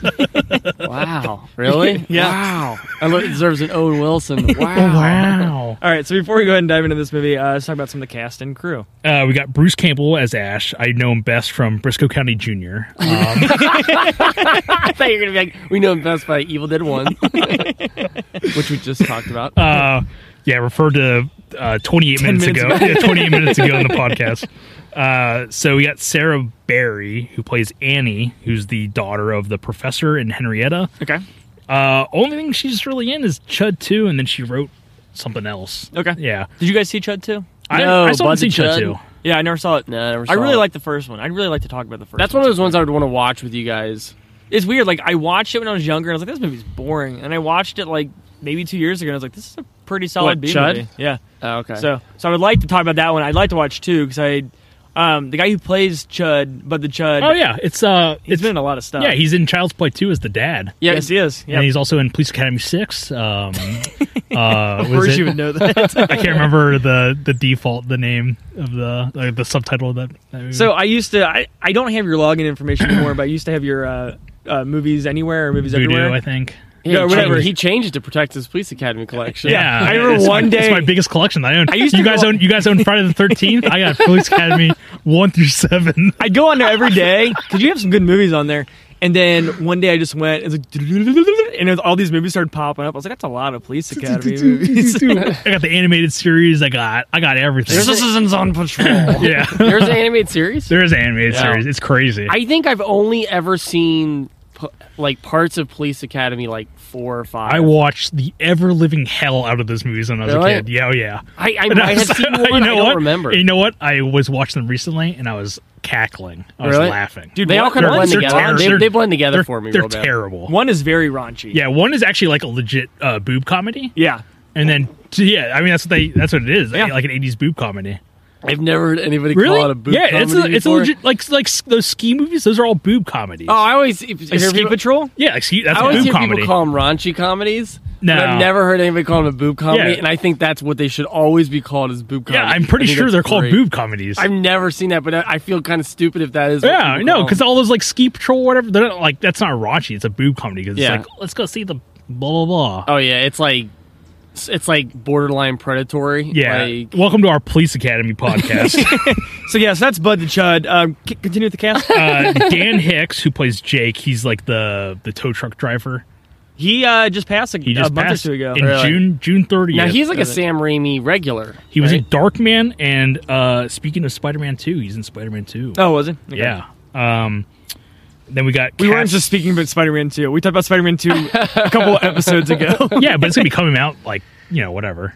S2: wow! Really?
S1: Yeah.
S2: Wow! I look, it deserves an Owen Wilson. Wow!
S3: wow.
S1: All right, so before we go ahead and dive into this movie, uh, let's talk about some of the cast and crew.
S3: Uh, we got Bruce Campbell as Ash. I know him best from Briscoe County Jr. Um,
S2: I thought you were gonna be like, we know him best by Evil Dead One, which we just talked about.
S3: uh, yeah, referred to uh, 28 minutes,
S1: minutes
S3: ago. Yeah, 28 minutes ago in the podcast. Uh, so we got Sarah Barry, who plays Annie, who's the daughter of the professor and Henrietta.
S1: Okay.
S3: Uh, only thing she's really in is Chud 2, and then she wrote something else.
S1: Okay.
S3: Yeah.
S1: Did you guys see Chud 2?
S2: No,
S3: I, I still
S2: Bud
S3: haven't seen
S2: the
S3: Chud
S2: Chud.
S3: 2.
S1: Yeah, I never saw it.
S2: No, I never
S1: I
S2: saw
S1: really
S2: it.
S1: like the first one. I'd really like to talk about the first.
S2: That's
S1: one.
S2: one of those ones I would want to watch with you guys.
S1: it's weird. Like I watched it when I was younger, and I was like, "This movie's boring." And I watched it like maybe two years ago, and I was like, "This is a pretty solid
S2: What,
S1: B
S2: Chud?
S1: movie." Yeah.
S2: Oh, okay.
S1: So, so I would like to talk about that one. I'd like to watch two because I, um, the guy who plays Chud, but the Chud,
S3: Oh, yeah. It's, uh,
S1: he's
S3: it's,
S1: been in a lot of stuff.
S3: yeah, he's in Child's Play 2 as the dad.
S2: yeah,
S1: yes, he is. Yeah,
S3: And he's also in Police Academy 6. Um, uh,
S1: of
S3: was
S1: course
S3: it-
S1: you would know that.
S3: I can't remember the the default the name of the uh, the subtitle of that. that movie.
S1: Mm-hmm. so I used to. I, I don't have your login information anymore, but I used to have your uh, uh, movies anywhere or movies
S3: Voodoo,
S1: everywhere.
S3: I think.
S1: Yeah,
S2: he
S1: whatever.
S2: changed- He changed it to protect his police academy collection.
S3: Yeah,
S1: I remember
S3: it's
S1: one
S3: my,
S1: day-
S3: it's my biggest collection. that I own. I
S1: used
S3: used
S1: to
S3: you guys
S1: go-
S3: own you guys own Friday the Thirteenth. I got Police Academy one through seven.
S1: I'd go on there every day because you have some good movies on there. And then one day I just went, it's like, and it was- all these movies started popping up. I was like, that's a lot of Police Academy movies.
S3: I got the animated series. I got I got everything.
S1: citizens on patrol.
S3: yeah,
S2: There's an animated series.
S3: there is an animated
S2: Yeah.
S3: series. It's crazy. I,
S2: I think I've only ever seen p- like parts of Police Academy like four or five.
S3: watched the ever living hell out of those movies when I was
S2: Really?
S3: a kid. Yeah, oh yeah.
S2: I, I, I had seen one. I don't
S3: what?
S2: remember.
S3: You know what? I was watching them recently and I was cackling. I was
S2: Really?
S3: laughing.
S1: Dude,
S2: they all kind of
S1: They're-
S2: blend
S1: they're
S2: together.
S1: terror-
S2: They,
S3: they're-
S2: they blend together
S3: they're,
S2: for me.
S3: They're
S2: real bad.
S3: terrible.
S1: One is very raunchy.
S3: Yeah, one is actually like a legit uh, boob comedy,
S1: Yeah.
S3: and then yeah, I mean that's what they that's what it is,
S1: Yeah.
S3: like an '80s boob comedy.
S2: I've never heard anybody call it a boob
S3: yeah,
S2: comedy
S3: it's a, it's a
S2: before.
S3: legit like like s- those ski movies. Those are all boob comedies.
S2: Oh, I always hear
S1: Like Ski
S2: people,
S1: Patrol?
S3: yeah, like ski, that's
S2: I
S3: a
S2: always
S3: boob
S2: hear
S3: comedy.
S2: people call them raunchy comedies.
S3: No.
S2: but I've never heard anybody call them a boob comedy,
S3: Yeah.
S2: and I think that's what they should always be called as boob comedy.
S3: yeah, I'm pretty
S2: I think
S3: sure
S2: that's
S3: they're called
S2: great.
S3: boob comedies.
S2: I've never seen that, but I, I feel kind of stupid if that is. what
S3: yeah,
S2: people
S3: no,
S2: call
S3: because
S2: 'em.
S3: all those like ski patrol, whatever, they're not, like that's not raunchy. It's a boob comedy because
S2: Yeah.
S3: it's like let's go see the blah blah blah.
S2: oh yeah, it's like it's like borderline predatory.
S3: yeah,
S2: like,
S3: welcome to our Police Academy podcast.
S1: So, yeah, so that's Bud the Chud. Um, c- continue with the cast.
S3: uh, Dan Hicks, who plays Jake, he's like the the tow truck driver.
S1: He uh, just passed a,
S3: He just
S1: a month
S3: passed
S1: or two ago.
S3: in
S2: Really?
S3: June June 30th.
S2: Now he's like a
S1: Got it.
S2: Sam Raimi regular.
S3: he was
S2: right?
S3: in Darkman, and uh, speaking of Spider-Man 2, he's in Spider-Man 2.
S1: oh, was he? Okay.
S3: yeah. Um, then we got
S1: We weren't
S3: Cass-
S1: just speaking about Spider-Man 2. We talked about Spider-Man 2 a couple episodes ago.
S3: yeah, but it's gonna be coming out like you know whatever.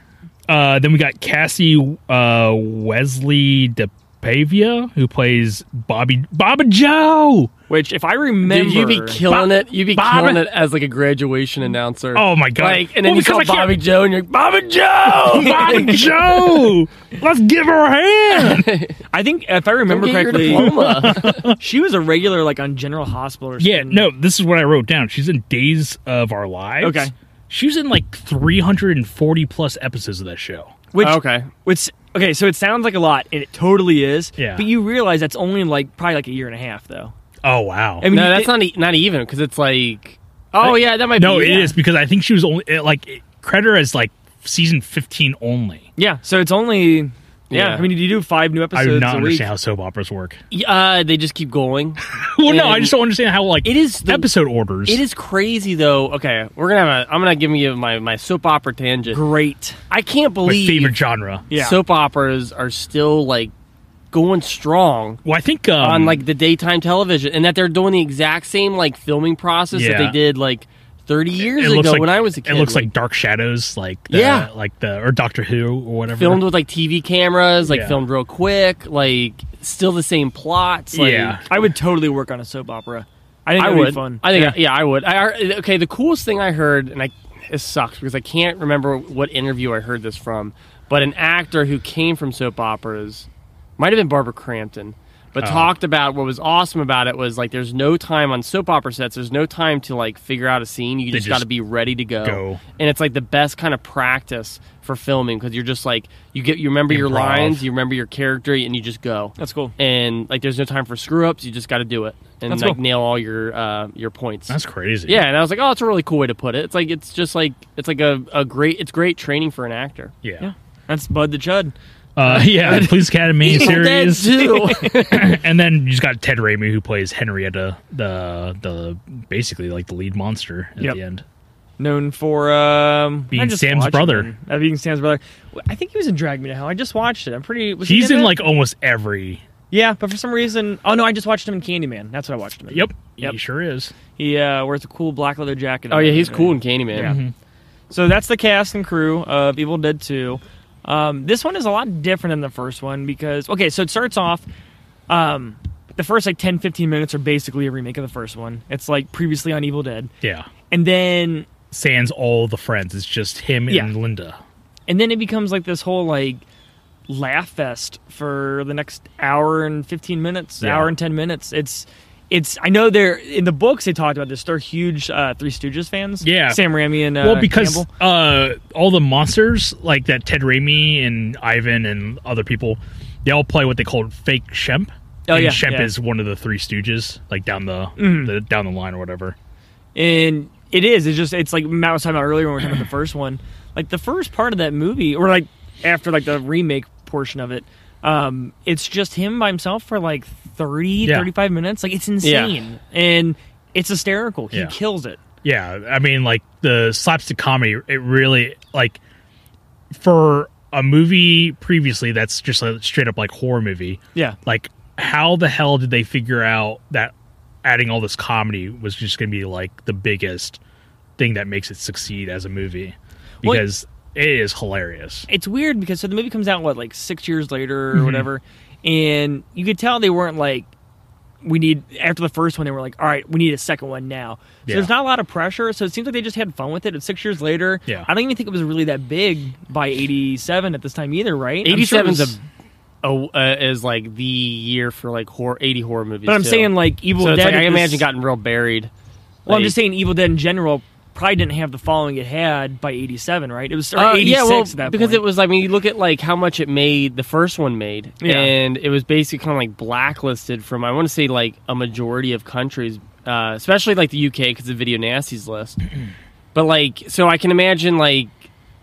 S3: Uh, then we got Cassie uh, Wesley DePavia who plays Bobby Baba Joe.
S1: Which, if I remember,
S2: Dude, you be killing it. You be
S3: Bob-
S2: killing it as like a graduation announcer.
S3: Oh my god!
S2: Like, and
S3: Well,
S2: then you
S3: because
S2: call
S3: I can't-
S2: Bobby Joe, and you're like, Bobby Joe.
S3: Baba Joe. Let's give her a hand.
S1: I think if I
S2: Come
S1: remember
S2: get your
S1: correctly,
S2: diploma.
S1: she was a regular like on General Hospital. Or
S3: Yeah,
S1: something.
S3: no, this is what I wrote down. She's in Days of Our Lives.
S1: Okay.
S3: She was in like 340 plus episodes of that show.
S1: Which,
S2: okay.
S1: Which okay, so it sounds like a lot, and it totally is.
S3: Yeah.
S1: But you realize that's only like probably like a year and a half though.
S3: Oh wow.
S1: I mean,
S2: No,
S1: you
S2: that's
S1: thi-
S2: not e- not even because it's like. Oh yeah, that might
S3: no,
S2: be.
S3: it is
S2: yeah.
S3: because I think she was only it, like it- credit her as like season 15 only.
S1: Yeah, so it's only. Yeah,
S2: Yeah.
S1: I mean, you do five new
S3: I
S1: episodes
S3: do not
S1: a week.
S3: understand how soap operas work.
S2: Y- Uh, they just keep going.
S3: Well, no, I
S2: And
S3: just don't understand how like
S2: it is the-
S3: episode orders.
S2: It is crazy though. Okay, we're gonna have a. I'm gonna give you my my soap opera tangent.
S1: Great.
S2: I can't
S3: my
S2: believe
S3: favorite genre.
S1: Yeah.
S2: soap operas are still like going strong
S3: Well, I think um,
S2: on like the daytime television, and that they're doing the exact same like filming process that
S3: Yeah.
S2: they did like 30 years ago
S3: like,
S2: when I was a kid.
S3: It looks like Dark Shadows, like the,
S2: Yeah.
S3: like the or Doctor Who or whatever.
S2: filmed with like TV cameras, like
S3: Yeah.
S2: filmed real quick, like still the same plots. Like,
S3: yeah,
S1: I would totally work on a soap opera. I think
S2: I
S1: that'd be
S2: would.
S1: fun.
S2: I think. Yeah, I would. I, I- okay, the coolest thing I heard, and I it sucks because I can't remember what interview I heard this from, but an actor who came from soap operas might have been Barbara Crampton, but
S1: Oh.
S2: talked about what was awesome about it was like there's no time on soap opera sets. There's no time to like figure out a scene. You just,
S3: just
S2: got to be ready to go.
S3: go.
S2: and it's like the best kind of practice for filming because you're just like you get you remember your
S3: Improv.
S2: lines, you remember your character, and you just go
S1: That's cool.
S2: and like there's no time for screw ups. You just got to do it and
S1: That's
S2: like
S1: cool.
S2: nail all your uh, your points.
S3: that's crazy.
S2: yeah, and I was like, oh, it's a really cool way to put it. It's like it's just like it's like a, a great it's great training for an actor.
S3: yeah,
S1: Yeah. That's Bud the Chud.
S3: uh, yeah. the Police Academy
S2: Evil Dead
S3: series,
S2: too.
S3: and then you just got Ted Raimi who plays Henrietta, the the basically like the lead monster at
S1: Yep.
S3: the end.
S1: Known for um,
S3: Being
S1: I just
S3: Sam's
S1: watched
S3: brother.
S1: him. Uh, being Sam's brother. W- I think he was in Drag Me to Hell. I just watched it. I'm pretty. Was he
S3: He's in
S1: it?
S3: like almost every.
S1: Yeah, but for some reason, oh no, I just watched him in Candyman. That's what I watched him. In.
S3: Yep,
S1: Yep.
S3: he sure is.
S1: He uh, wears a cool black leather jacket.
S2: oh yeah, he's cool in Candyman.
S1: Yeah. So that's the cast and crew of Evil Dead 2. Um, this one is a lot different than the first one because, okay, so it starts off. Um, the first like 10 15 minutes are basically a remake of the first one. It's like previously on Evil Dead.
S3: Yeah,
S1: And then
S3: sans all the friends. It's just him
S1: Yeah.
S3: and Linda.
S1: and then it becomes like this whole like laugh fest for the next hour and 15 minutes
S3: Yeah.
S1: hour and 10 minutes it's it's i know they're in the books they talked about this they're huge uh three stooges fans
S3: Yeah.
S1: sam raimi and uh,
S3: well because
S1: Campbell.
S3: uh, all the monsters like that ted raimi and ivan and other people they all play what they call fake shemp
S1: Oh,
S3: and
S1: yeah,
S3: shemp
S1: yeah. Mm-hmm.
S3: is one of the three stooges like down the, the down the line or whatever
S1: and it is it's just it's like matt was talking about earlier when we were talking about the first one like the first part of that movie or like after like the remake portion of it um it's just him by himself for like 30
S3: Yeah.
S1: 35 minutes like it's insane and it's hysterical he
S3: Yeah.
S1: kills it
S3: yeah i mean like the slapstick comedy it really like for a movie previously that's just a straight up like horror movie
S1: yeah
S3: like how the hell did they figure out that adding all this comedy was just going to be like the biggest thing that makes it succeed as a movie
S1: Well-
S3: because it is hilarious
S1: it's weird because so the movie comes out what like six years later or
S3: Mm-hmm.
S1: whatever, and you could tell they weren't like we need after the first one they were like all right we need a second one now. So
S3: Yeah.
S1: there's not a lot of pressure. So it seems like they just had fun with it. It's six years later.
S3: Yeah.
S1: I don't even think it was really that big by '87 at this time either, right? I'm
S2: Eighty
S1: sure it
S2: seven's
S1: was-
S2: a, a uh, is like the year for like horror eighty horror movies.
S1: But I'm
S2: too.
S1: saying like Evil
S2: so it's
S1: Dead.
S2: like, I
S1: at this-
S2: imagine gotten real buried.
S1: Well, I'm
S2: Like-
S1: just saying Evil Dead in general probably didn't have the following it had by '87, right? It was or
S2: Uh,
S1: '86
S2: yeah, well,
S1: at that
S2: because
S1: point.
S2: it was. I mean, you look at like how much it made. The first one made,
S1: Yeah.
S2: and it was basically kind of like blacklisted from. I want to say like a majority of countries, uh, especially like the UK because of Video Nasty's list. but like, so I can imagine like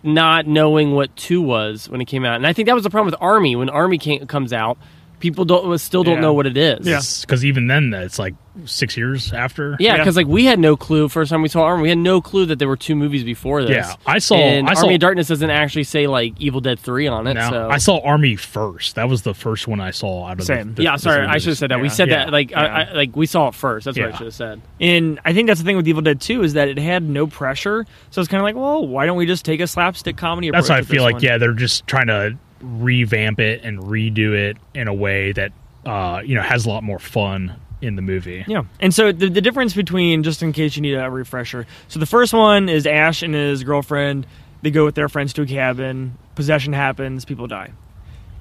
S2: not knowing what two was when it came out, and I think that was the problem with Army when Army came, comes out. people don't still don't
S1: Yeah.
S2: know what it is.
S1: Yeah.
S3: Because even then, it's like six years after.
S2: Yeah,
S1: Yeah.
S2: because like we had no clue. First time we saw Army, we had no clue that there were two movies before this.
S3: Yeah, I saw-
S2: And
S3: I saw-
S2: Army of Darkness doesn't actually say like Evil Dead Three on it.
S3: Now,
S2: so
S3: I saw Army first. That was the first one I saw out of
S1: Same.
S3: The, the
S2: yeah,
S3: the
S2: sorry,
S3: three
S2: I should have
S3: movies.
S2: said that. We
S1: Yeah.
S2: said
S3: Yeah.
S2: that like I,
S1: Yeah.
S2: I, like we saw it first. That's what I
S3: Yeah.
S2: should have said.
S1: And I think that's the thing with Evil Dead 2 is that it had no pressure. So it's kind of like, well, why don't we just take a slapstick comedy approach?
S3: That's why I
S1: with this
S3: feel like
S1: one?
S3: yeah, they're just trying to revamp it and redo it in a way that uh, you know has a lot more fun in the movie.
S1: Yeah. And so the, the difference between, just in case you need a refresher, so the first one is Ash and his girlfriend. They go with their friends to a cabin. Possession happens. People die.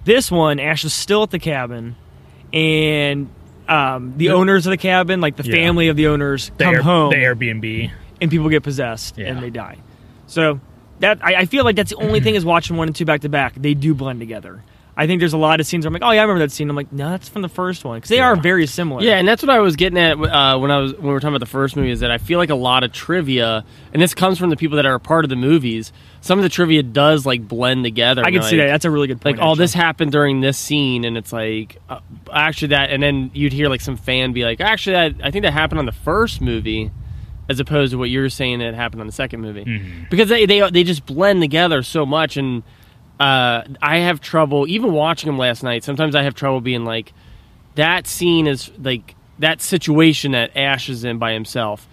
S1: This one, Ash is still at the cabin, and um, the owners of the cabin, like the
S3: Yeah.
S1: family of the owners,
S3: The,
S1: come
S3: Air-
S1: home
S3: the Airbnb.
S1: and people get possessed
S3: Yeah.
S1: and they die. So that I, I feel like that's the only thing is watching one and two back to back. They do blend together. I think there's a lot of scenes where I'm like, oh yeah, I remember that scene. I'm like, no, that's from the first one because they are very similar.
S2: Yeah, and that's what I was getting at uh, when I was when we were talking about the first movie is that I feel like a lot of trivia, and this comes from the people that are a part of the movies. Some of the trivia does like blend together.
S1: I
S2: and
S1: can
S2: you're
S1: see that.
S2: like-
S1: That's a really good point.
S2: like all
S1: actually.
S2: this happened during this scene and it's like uh, actually that and then you'd hear like some fan be like actually that, i think that happened on the first movie as opposed to what you're saying that happened on the second movie
S1: Mm-hmm.
S2: because they, they they just blend together so much and uh, i have trouble even watching them last night sometimes i have trouble being like that scene is like that situation that ash is in by himself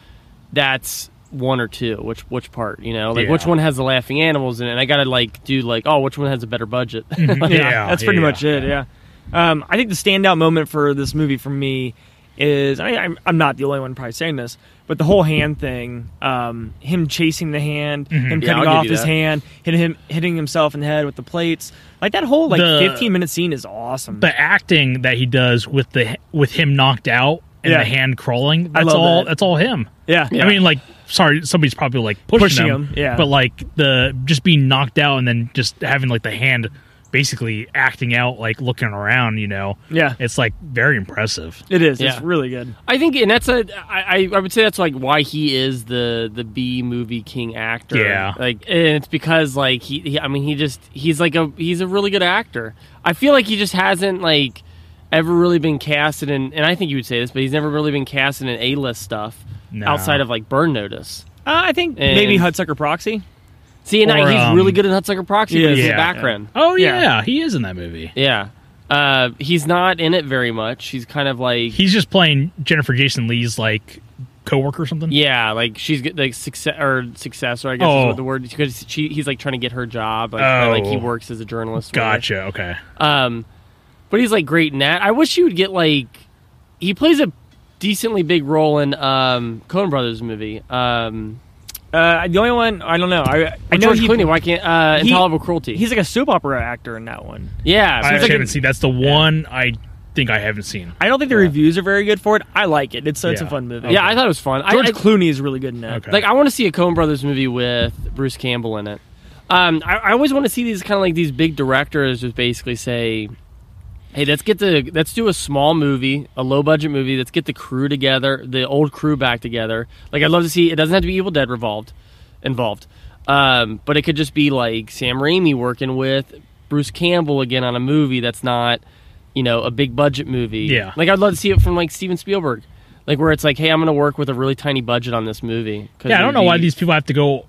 S2: that's one or two which which part you know like
S3: Yeah.
S2: which one has the laughing animals in it and i gotta like do like oh which one has a better budget
S1: yeah,
S3: Yeah,
S1: that's pretty
S3: yeah,
S1: much it. Yeah, Um, I think the standout moment for this movie for me is I, I'm, I'm not the only one probably saying this, but the whole hand thing, um, him chasing the hand, him
S2: Mm-hmm. Yeah, I'll
S1: cutting
S2: give
S1: off
S2: you
S1: his
S2: that.
S1: hand, hitting him, hitting himself in the head with the plates, like that whole like
S3: The-
S1: 15 minute scene is awesome.
S3: The acting that he does with the with him knocked out and
S1: Yeah.
S3: the hand crawling.
S1: I
S3: That's
S1: love
S3: all.
S1: that.
S3: That's all him.
S1: yeah,
S2: Yeah.
S3: I mean, like, sorry, somebody's probably like pushing,
S1: Pushing
S3: him,
S1: him, yeah.
S3: But like the just being knocked out and then just having like the hand basically acting out, like looking around, you know.
S1: Yeah.
S3: it's like very impressive.
S1: it is.
S2: Yeah.
S1: It's really good.
S2: I think, and that's a. I, I I would say that's like why he is the the B movie king actor.
S3: Yeah.
S2: like and it's because like he, he. I mean, he just he's like a he's a really good actor. I feel like he just hasn't like ever really been casted in, and I think you would say this, but he's never really been casted in A list stuff
S3: No.
S2: outside of like Burn Notice.
S1: Uh, I think
S2: And-
S1: maybe Hudsucker Proxy.
S2: See, and
S3: Or,
S2: I, he's
S3: um,
S2: really good in Hudsucker Proxy,
S1: he
S2: but
S1: is.
S2: he's
S3: Yeah.
S2: a background.
S3: Oh
S1: Yeah.
S3: yeah, he is in that movie.
S2: Yeah, Uh, he's not in it very much. He's kind of like
S3: He's just playing Jennifer Jason Lee's like coworker or something.
S2: Yeah, like she's get- like success or successor, I guess is
S3: Oh.
S2: what the word because she he's like trying to get her job. Like, kinda like he
S3: Oh.
S2: works as a journalist. or whatever.
S3: Gotcha. Okay.
S2: Um, but he's like great in that. I wish he would get like he plays a decently big role in um Coen Brothers movie. Um,
S1: Uh, the only one I don't know. I I
S2: I
S1: know
S2: George
S1: he,
S2: Clooney. Why can't uh,
S1: he-
S2: Intolerable Cruelty?
S1: he's like a soap opera actor in that one.
S2: yeah, so
S3: I
S2: he's like
S3: actually
S2: a-
S3: haven't seen. That's the one I think I haven't seen.
S1: I don't think the reviews are very good for it. I like it. It's it's a
S3: Yeah.
S1: fun movie.
S2: yeah, I thought it was fun. I,
S1: George
S2: I,
S1: Clooney is really good in that.
S3: Okay.
S2: Like I want to see a Coen Brothers movie with Bruce Campbell in it. Um, I, I always want to see these kind of like these big directors just basically say, "Hey, let's get the let's do a small movie, a low budget movie. Let's get the crew together, the old crew back together." Like I'd love to see. It doesn't have to be Evil Dead revolved, involved, um, but it could just be like Sam Raimi working with Bruce Campbell again on a movie that's not, you know, a big budget movie.
S3: Yeah.
S2: like I'd love to see it from like Steven Spielberg. Like where it's like, hey, I'm going to work with a really tiny budget on this movie. 'Cause
S3: Yeah, I don't know why
S2: maybe-
S3: these people have to go,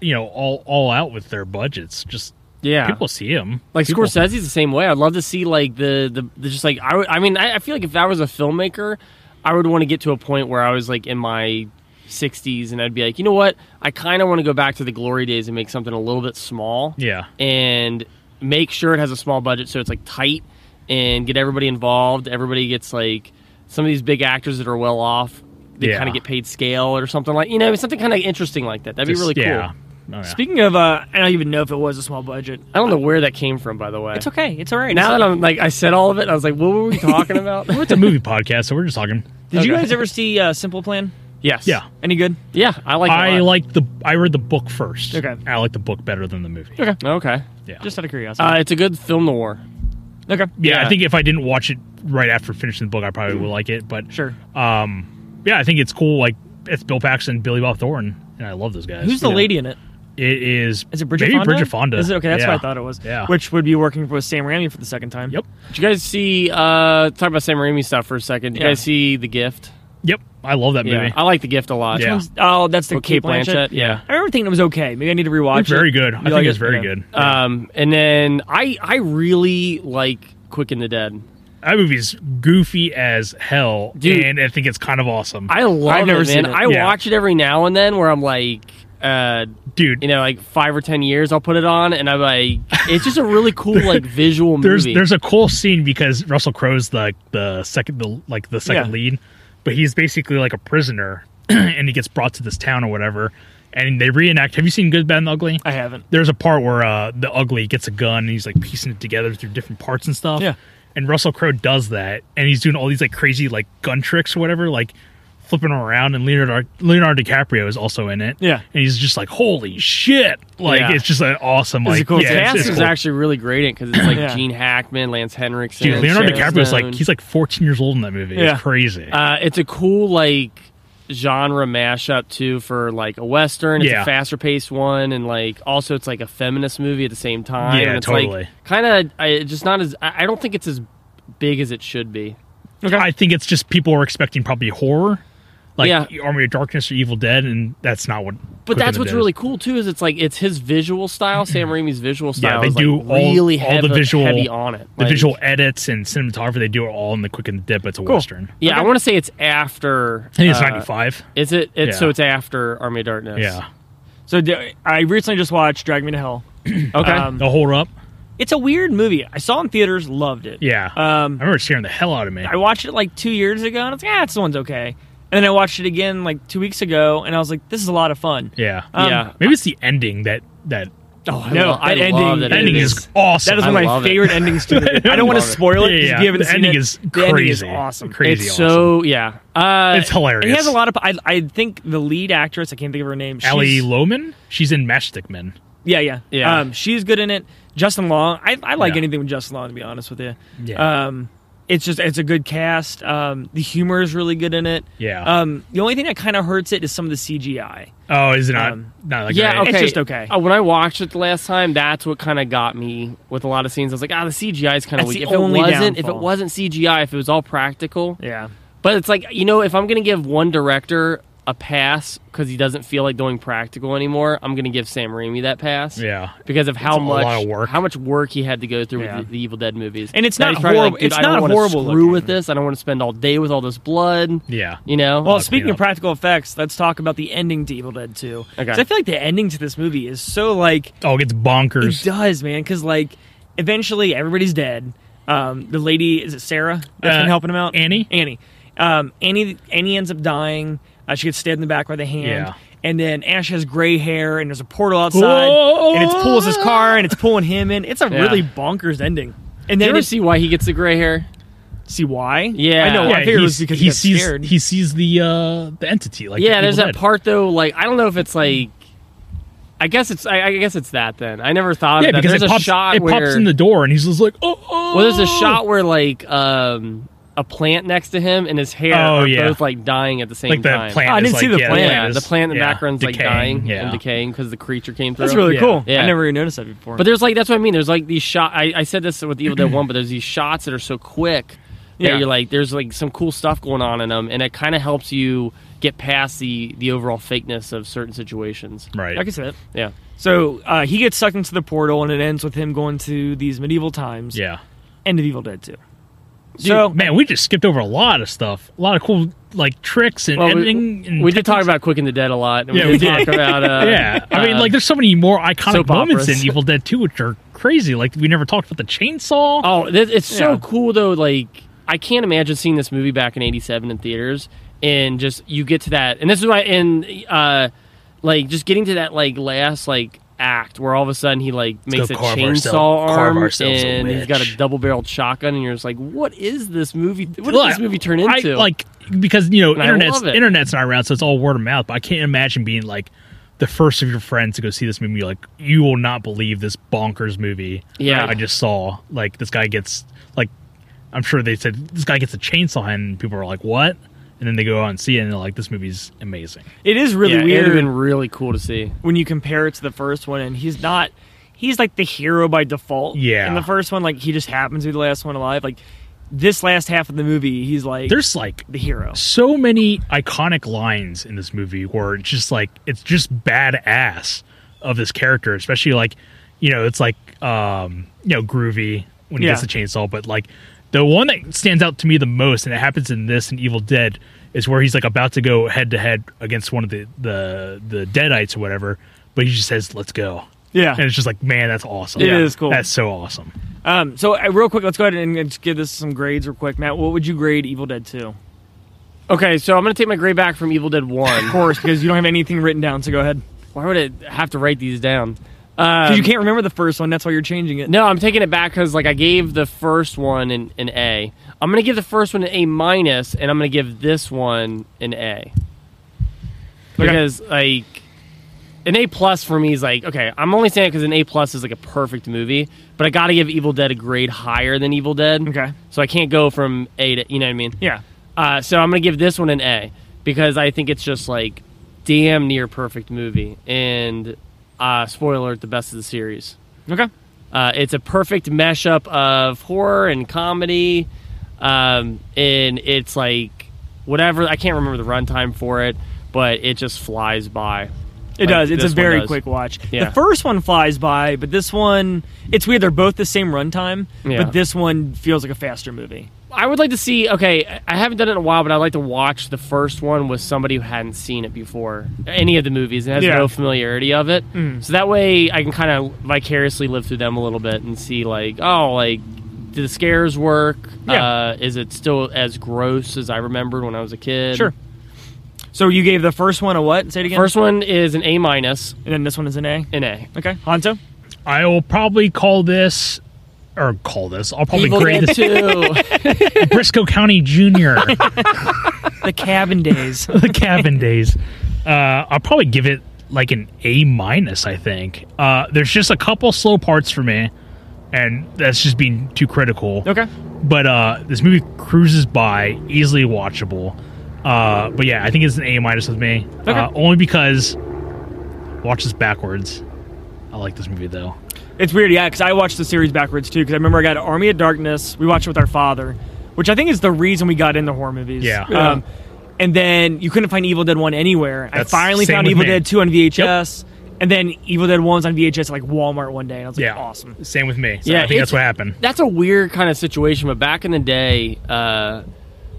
S3: you know, all all out with their budgets. Just
S2: Yeah,
S3: people see him.
S2: like
S3: people,
S2: Scorsese's the same way. I'd love to see like the the, the just like I, would- I mean I, I feel like if I was a filmmaker, I would want to get to a point where I was like in my 60s and I'd be like, you know what, I kind of want to go back to the glory days and make something a little bit small.
S3: Yeah.
S2: and make sure it has a small budget so it's like tight and get everybody involved. Everybody gets like some of these big actors that are well off. They
S3: Yeah.
S2: kind of get paid scale or something like you know something kind of interesting like that. That'd be
S3: Just-
S2: really cool.
S3: Yeah. I don't know.
S1: Speaking of, uh, I don't even know if it was a small budget.
S2: I don't know where that came from, by the way.
S1: It's okay. It's all right.
S2: Now
S1: It's-
S2: that I'm like, I said all of it, I was like, what were we talking about?
S3: It's a movie podcast, so we're just talking.
S1: did you
S2: okay.
S1: guys ever see uh, Simple Plan?
S2: yes.
S3: Yeah.
S1: Any good?
S2: Yeah. I like
S3: I
S2: it. a lot.
S3: like the I read the book first.
S1: Okay.
S3: I like the book better than the movie.
S2: Okay.
S3: Yeah.
S1: Just out of curiosity.
S2: Uh, it's a good film noir.
S1: okay.
S3: yeah,
S2: yeah. Mm.
S3: I think if I didn't watch it right after finishing the book, I probably would like it. But
S1: Sure.
S3: yeah, I think it's cool. Like it's Bill Paxton, Billy Bob Thornton, and I love those guys.
S1: Who's the
S3: Yeah.
S1: lady in it?
S3: It is.
S1: Is it Bridget
S3: maybe
S1: Fonda?
S3: Bridget Fonda.
S1: Is it okay? That's
S3: yeah.
S1: what I thought it was.
S3: Yeah.
S1: Which would be working with Sam Raimi for the second time.
S3: Yep.
S2: Did you guys see? uh Talk about Sam Raimi stuff for a second. Did
S1: Yeah.
S2: you guys see The Gift?
S3: Yep. I love that movie.
S2: I like The Gift a lot.
S3: Yeah.
S1: Oh, that's the
S2: With Kate Blanchett. Yeah.
S1: I remember thinking it was okay. Maybe I need to rewatch
S3: It's very
S1: it.
S3: good.
S1: You
S3: I think
S1: like
S3: it's very
S1: Yeah.
S3: good.
S2: Um, and then I I really like Quick and the Dead.
S3: That movie's goofy as hell,
S2: Dude.
S3: and I think it's kind of awesome.
S2: I love
S1: I've never
S2: it,
S1: seen
S2: man.
S1: it.
S2: I
S3: Yeah.
S2: watch it every now and then where I'm like, uh,
S3: Dude,
S2: you know, like five or ten years, I'll put it on, and I'm like, it's just a really cool like visual
S3: there's
S2: movie.
S3: there's a cool scene because Russell Crowe's like the second the like the second
S1: Yeah.
S3: lead, but he's basically like a prisoner, and he gets brought to this town or whatever, and they reenact. Have you seen Good, Bad, and Ugly?
S1: I haven't.
S3: there's a part where uh, the ugly gets a gun and he's like piecing it together through different parts and stuff.
S1: Yeah.
S3: And Russell Crowe does that, and he's doing all these like crazy like gun tricks or whatever, like flipping around. And Leonardo Leonardo DiCaprio is also in it.
S1: Yeah.
S3: And he's just like, holy shit! Like
S2: Yeah.
S3: it's just an awesome
S1: It's a
S3: like
S1: cool
S3: yeah,
S2: the
S1: it's-
S2: cast
S1: it's
S2: is
S3: cool.
S2: actually really great in because it's like
S1: Yeah.
S2: Gene Hackman, Lance Henriksen,
S3: Dude, Leonardo
S2: Sharon
S3: DiCaprio's like
S2: Stone.
S3: he's like 14 years old in that movie.
S1: Yeah.
S3: It's crazy.
S2: Uh, it's a cool like genre mashup too for like a western. It's
S3: Yeah.
S2: a faster paced one, and like also it's like a feminist movie at the same time.
S3: Yeah,
S2: and it's
S3: totally.
S2: Like, kind of just not as I, I don't think it's as big as it should be.
S3: I think it's just people are expecting probably horror, like
S2: Yeah.
S3: Army of Darkness or Evil Dead, and that's not what.
S2: But
S3: Quick and
S2: that's what's
S3: the Dead is. Mm-hmm.
S2: really cool too is it's like it's his visual style, Sam Raimi's visual style.
S3: they
S2: is, like,
S3: do all-
S2: really
S3: all
S2: heavy,
S3: the visual-
S2: heavy on it.
S3: the
S2: Like,
S3: visual edits and cinematography they do it all in the quick and the dead but it's a western
S2: Yeah, I want to say it's after.
S3: i think it's
S2: uh,
S3: 95
S2: Is it? It's
S3: Yeah.
S2: so it's after Army of Darkness.
S3: yeah
S1: So d- I recently just watched Drag Me to Hell.
S2: Okay.
S1: Um,
S3: the whole up
S1: It's a weird movie. I saw it in theaters, loved it.
S3: yeah i
S1: Um,
S3: remember it scaring the hell out of me
S1: I watched it like two years ago, and I was like, ah, this one's okay. And then I watched it again like two weeks ago, and I was like, this is a lot of fun.
S3: yeah
S1: um,
S2: yeah.
S3: maybe it's the ending that that
S2: Oh I
S1: No,
S2: love, I
S1: that
S2: love
S1: ending-
S2: that
S1: that
S3: ending
S2: it
S3: is, awesome
S1: That is one
S2: I
S1: of my
S2: love it.
S1: favorite endings to it. I don't want to
S2: love it.
S1: spoil it.
S3: Yeah,
S1: because
S3: yeah.
S1: if you haven't
S3: the
S1: seen
S3: ending
S1: it,
S3: is
S1: the ending is
S3: crazy.
S1: awesome.
S3: crazy
S2: It's
S3: awesome.
S2: so yeah. Uh,
S3: it's hilarious
S1: And he has a lot of. I, I think the lead actress. I can't think of her name. she's-
S3: Allie Lohman, she's in Matchstick Men.
S1: Yeah, yeah,
S2: Yeah.
S1: Um, she's good in it. Justin Long. I, I like
S3: Yeah.
S1: anything with Justin Long to be honest with you.
S3: Yeah.
S1: Um, it's just it's a good cast. Um, the humor is really good in it.
S3: Yeah.
S1: Um, the only thing that kind of hurts it is some of the CGI.
S3: Oh, is it not?
S1: Um,
S3: not like
S2: yeah,
S3: great?
S2: okay.
S1: It's just okay.
S2: Uh, when I watched it the last time, that's what kind of got me with a lot of scenes. I was like, ah, the CGI is kind of
S1: That's
S2: weak.
S1: the
S2: If it
S1: only
S2: wasn't, if it
S1: downfall.
S2: wasn't CGI, if it was all practical,
S1: Yeah.
S2: But it's like you know, if I'm gonna give one director a pass because he doesn't feel like doing practical anymore, I'm gonna give Sam Raimi that pass.
S3: Yeah.
S2: because of how
S3: It's a
S2: much
S3: lot of work.
S2: how much work he had to go through
S1: Yeah.
S2: with the, the Evil Dead movies,
S1: And it's
S2: That
S1: not
S2: he's probably
S1: horrible-
S2: "Dude,
S1: it's
S2: I don't
S1: not
S2: wanna
S1: horrible
S2: Screw
S1: looking."
S2: with this. I don't want to spend all day with all this blood.
S3: Yeah.
S2: You know.
S1: Well,
S3: to
S1: speaking
S3: clean
S1: of
S3: up.
S1: practical effects, let's talk about the ending to Evil Dead 2.
S2: Okay.
S1: 'Cause I feel like the ending to this movie is so like
S3: Oh, it gets
S1: it
S3: bonkers.
S1: does, man. Because like eventually everybody's dead. Um, the lady is it Sarah that's
S3: Uh,
S1: been helping him out?
S3: Annie?
S1: Annie. Um, Annie. Annie ends up dying. Uh, she gets stabbed in the back by the hand.
S3: Yeah.
S1: And then Ash has gray hair, and there's a portal outside,
S3: Whoa!
S1: and it pulls his car, and it's pulling him in. It's a
S2: Yeah.
S1: really bonkers ending. And
S2: you
S1: then
S2: ever
S1: it,
S2: see why he gets the gray hair?
S1: see why?
S2: Yeah.
S1: I know. I
S3: yeah,
S1: figured it was
S3: he's-
S1: because he,
S3: he
S1: got
S3: sees
S1: scared.
S3: he sees the uh the entity like
S2: yeah,
S3: the
S2: there's
S3: Evil
S2: that
S3: Dead.
S2: part though. Like I don't know if it's like. I guess it's I, I guess it's that then. I never thought of
S3: Yeah,
S2: that.
S3: because
S2: there's
S3: it
S2: a
S3: pops
S2: shot
S3: it
S2: where
S3: pops in the door and he's just like oh, oh.
S2: Well, there's a shot where like um, a plant next to him and his hair
S3: Oh,
S2: are
S3: yeah.
S2: both like dying at the same
S3: like
S2: time.
S3: the plant.
S1: Oh, I
S3: is,
S1: didn't see
S3: like-
S1: the
S3: yeah,
S1: plant.
S2: Yeah, the plant in the
S3: yeah,
S2: background's like
S3: decaying,
S2: dying
S3: Yeah,
S2: and decaying because the creature came through.
S1: That's really
S3: Yeah.
S1: cool.
S2: Yeah.
S1: I never even noticed that before.
S2: But there's like that's what I mean. There's like these shot. I, I said this with Evil Dead One, but there's these shots that are so quick that
S1: Yeah.
S2: you're like, there's like some cool stuff going on in them, and it kind of helps you get past the the overall fakeness of certain situations.
S3: right.
S1: I can see that.
S2: Yeah.
S1: So uh, he gets sucked into the portal, and it ends with him going to these medieval times.
S3: yeah.
S1: End of Evil Dead 2.
S2: Oh,
S1: so,
S3: man, we just skipped over a lot of stuff. A lot of cool like tricks and
S2: Well,
S3: editing.
S2: we,
S3: and
S2: we did talk
S3: techniques.
S2: about Quick and the Dead a lot. And
S3: Yeah,
S2: we
S3: we
S2: did talk about. Uh,
S3: Yeah, I mean,
S2: uh,
S3: like, there's so many more iconic
S2: soap
S3: moments
S2: operas.
S3: in Evil Dead 2, which are crazy. Like, we never talked about the chainsaw.
S2: Oh, th- it's so
S1: Yeah.
S2: cool though. Like I can't imagine seeing this movie back in '87 in theaters, and just you get to that, and this is why, and uh, like just getting to that like last like act where all of a sudden he like makes
S3: go
S2: a
S3: carve
S2: chainsaw
S3: oursel- carve
S2: arm
S3: ourselves a
S2: and he's got a
S3: witch.
S2: double barreled shotgun, and you're just like, what is this movie? What
S3: Look,
S2: did this movie turn
S3: I-
S2: into?
S3: like, because you know,
S2: I
S3: internet's
S2: love it.
S3: internet's not around, so it's all word of mouth. But I can't imagine being like the first of your friends to go see this movie. You're Like, you will not believe this bonkers movie.
S2: Yeah.
S3: I just saw. Like, this guy gets like, I'm sure they said this guy gets a chainsaw, and people are like, what? and then they go out and see it, and they're like, "This movie's amazing."
S1: It is really
S2: yeah, It would
S1: weird
S2: have been really cool to see.
S1: when you compare it to the first one, and he's not. He's like the hero by default.
S3: Yeah.
S1: In the first one, like he just happens to be the last one alive. Like this last half of the movie, he's like
S3: There's like
S1: the hero.
S3: so many iconic lines in this movie where it's just like it's just badass of this character, especially like you know it's like um you know groovy when he
S1: Yeah.
S3: gets the chainsaw, but like the one that stands out to me the most, and it happens in this and Evil Dead, is where he's like about to go head to head against one of the the the Deadites or whatever, but he just says "Let's go,"
S1: Yeah.
S3: and it's just like man, that's awesome.
S1: It is cool.
S3: That's so awesome.
S1: Um, so uh, real quick, let's go ahead and, and just give this some grades real quick. Matt, what would you grade Evil Dead Two?
S2: Okay, so I'm gonna take my grade back from Evil Dead
S1: Of
S2: One.
S1: course, because you don't have anything written down. So go ahead.
S2: Why would I have to write these down?
S1: Because
S2: Um,
S1: you can't remember the first one, that's why you're changing it.
S2: No, I'm taking it back because like I gave the first one an, an A. I'm gonna give the first one an A minus, and I'm gonna give this one an A because like an A plus for me is like okay. I'm only saying it because an A plus is like a perfect movie, but I gotta give Evil Dead a grade higher than Evil Dead.
S1: Okay.
S2: so I can't go from A to you know what I mean.
S1: Yeah.
S2: Uh, so I'm gonna give this one an A because I think it's just like damn near perfect movie and uh, spoiler alert, the best of the series.
S1: Okay.
S2: Uh, it's a perfect mashup of horror and comedy, um, and it's like whatever. I can't remember the runtime for it, but it just flies by.
S1: It
S2: Like,
S1: does. It's a
S2: this one
S1: very
S2: does.
S1: quick watch.
S2: Yeah.
S1: The first one flies by, but this one, it's weird. They're both the same runtime,
S2: Yeah.
S1: but this one feels like a faster movie.
S2: I would like to see. Okay, I- I haven't done it in a while, but I'd like to watch the first one with somebody who hadn't seen it before, any of the movies, and has
S1: Yeah. Mm.
S2: no familiarity of it. So that way, I can kind of vicariously live through them a little bit and see, like, oh, like, do the scares work?
S1: Yeah.
S2: Uh, is it still as gross as I remembered when I was a kid?
S1: Sure. So you gave the first one a what? Say it again.
S2: First one is an A minus,
S1: and then this one is an A.
S2: an A.
S1: Okay. Hanzo?
S3: I will probably call this. Or call this. I'll probably
S2: Evil
S3: grade
S2: Dead
S3: this
S2: Two.
S3: Briscoe County Junior.
S1: The cabin days.
S3: the cabin days. Uh, I'll probably give it like an A minus. I think uh, there's just a couple slow parts for me, and that's just being too critical.
S1: Okay.
S3: But uh, this movie cruises by, easily watchable. Uh, but yeah, I think it's an A minus with me,
S1: Okay.
S3: uh, only because watch this backwards. I like this movie though.
S1: It's weird, yeah, because I watched the series backwards too. Because I remember I got Army of Darkness. We watched it with our father, which I think is the reason we got into horror movies.
S3: Yeah.
S1: Um, and then you couldn't find Evil Dead One anywhere.
S3: That's
S1: I finally
S3: same
S1: found
S3: with
S1: Evil
S3: me.
S1: Dead Two on VHS, and then Evil Dead One's on VHS at like Walmart one day, and I was like,
S3: Yeah,
S1: awesome.
S3: Same with me. So
S2: Yeah,
S3: I think
S2: it's-
S3: that's what happened.
S2: That's a weird kind of situation, but back in the day, uh,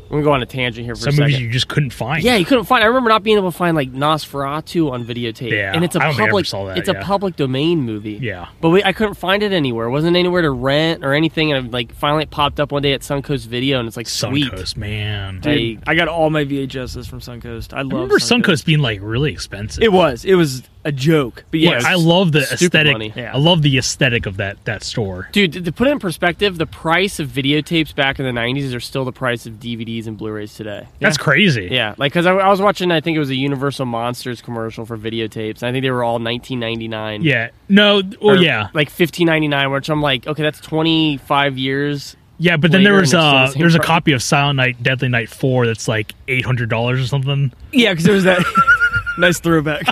S2: I'm gonna go on a tangent here for a
S3: Some
S2: second.
S3: movies you just couldn't find.
S2: Yeah, you couldn't find. I remember not being able to find like Nosferatu on videotape.
S3: Yeah,
S2: and it's a
S3: I don't think I ever
S2: public.
S3: saw that,
S2: it's
S3: yeah.
S2: a public domain movie.
S3: Yeah.
S2: but we, I couldn't find it anywhere. It wasn't anywhere to rent or anything. And like finally, it popped up one day at Suncoast Video, and it's like sweet.
S3: Suncoast, man.
S2: Dude,
S1: Dude, I got all my VHSs from Suncoast. I love.
S3: I remember
S1: Suncoast.
S3: Suncoast being like really expensive.
S1: It was. It was a joke, but
S3: Yeah,
S1: yes,
S3: I love the
S2: stupid money.
S3: aesthetic.
S1: Yeah.
S3: I love the aesthetic of that that store.
S2: Dude, to- to put it in perspective, the price of videotapes back in the '90s are still the price of DVDs and Blu-rays today.
S3: That's crazy.
S2: Yeah, like because I, I was watching, I think it was a Universal Monsters commercial for videotapes, and I think they were all 19.99.
S3: Yeah. No.
S2: Or,
S3: Well, yeah.
S2: like 15.99, which I'm like, okay, that's 25 years.
S3: Yeah. But then
S2: later
S3: there was
S2: and it's still the
S3: uh,
S2: same
S3: there's a
S2: price.
S3: copy of Silent Night, Deadly Night Four that's like eight hundred dollars or something.
S1: yeah, because there was that nice throwback.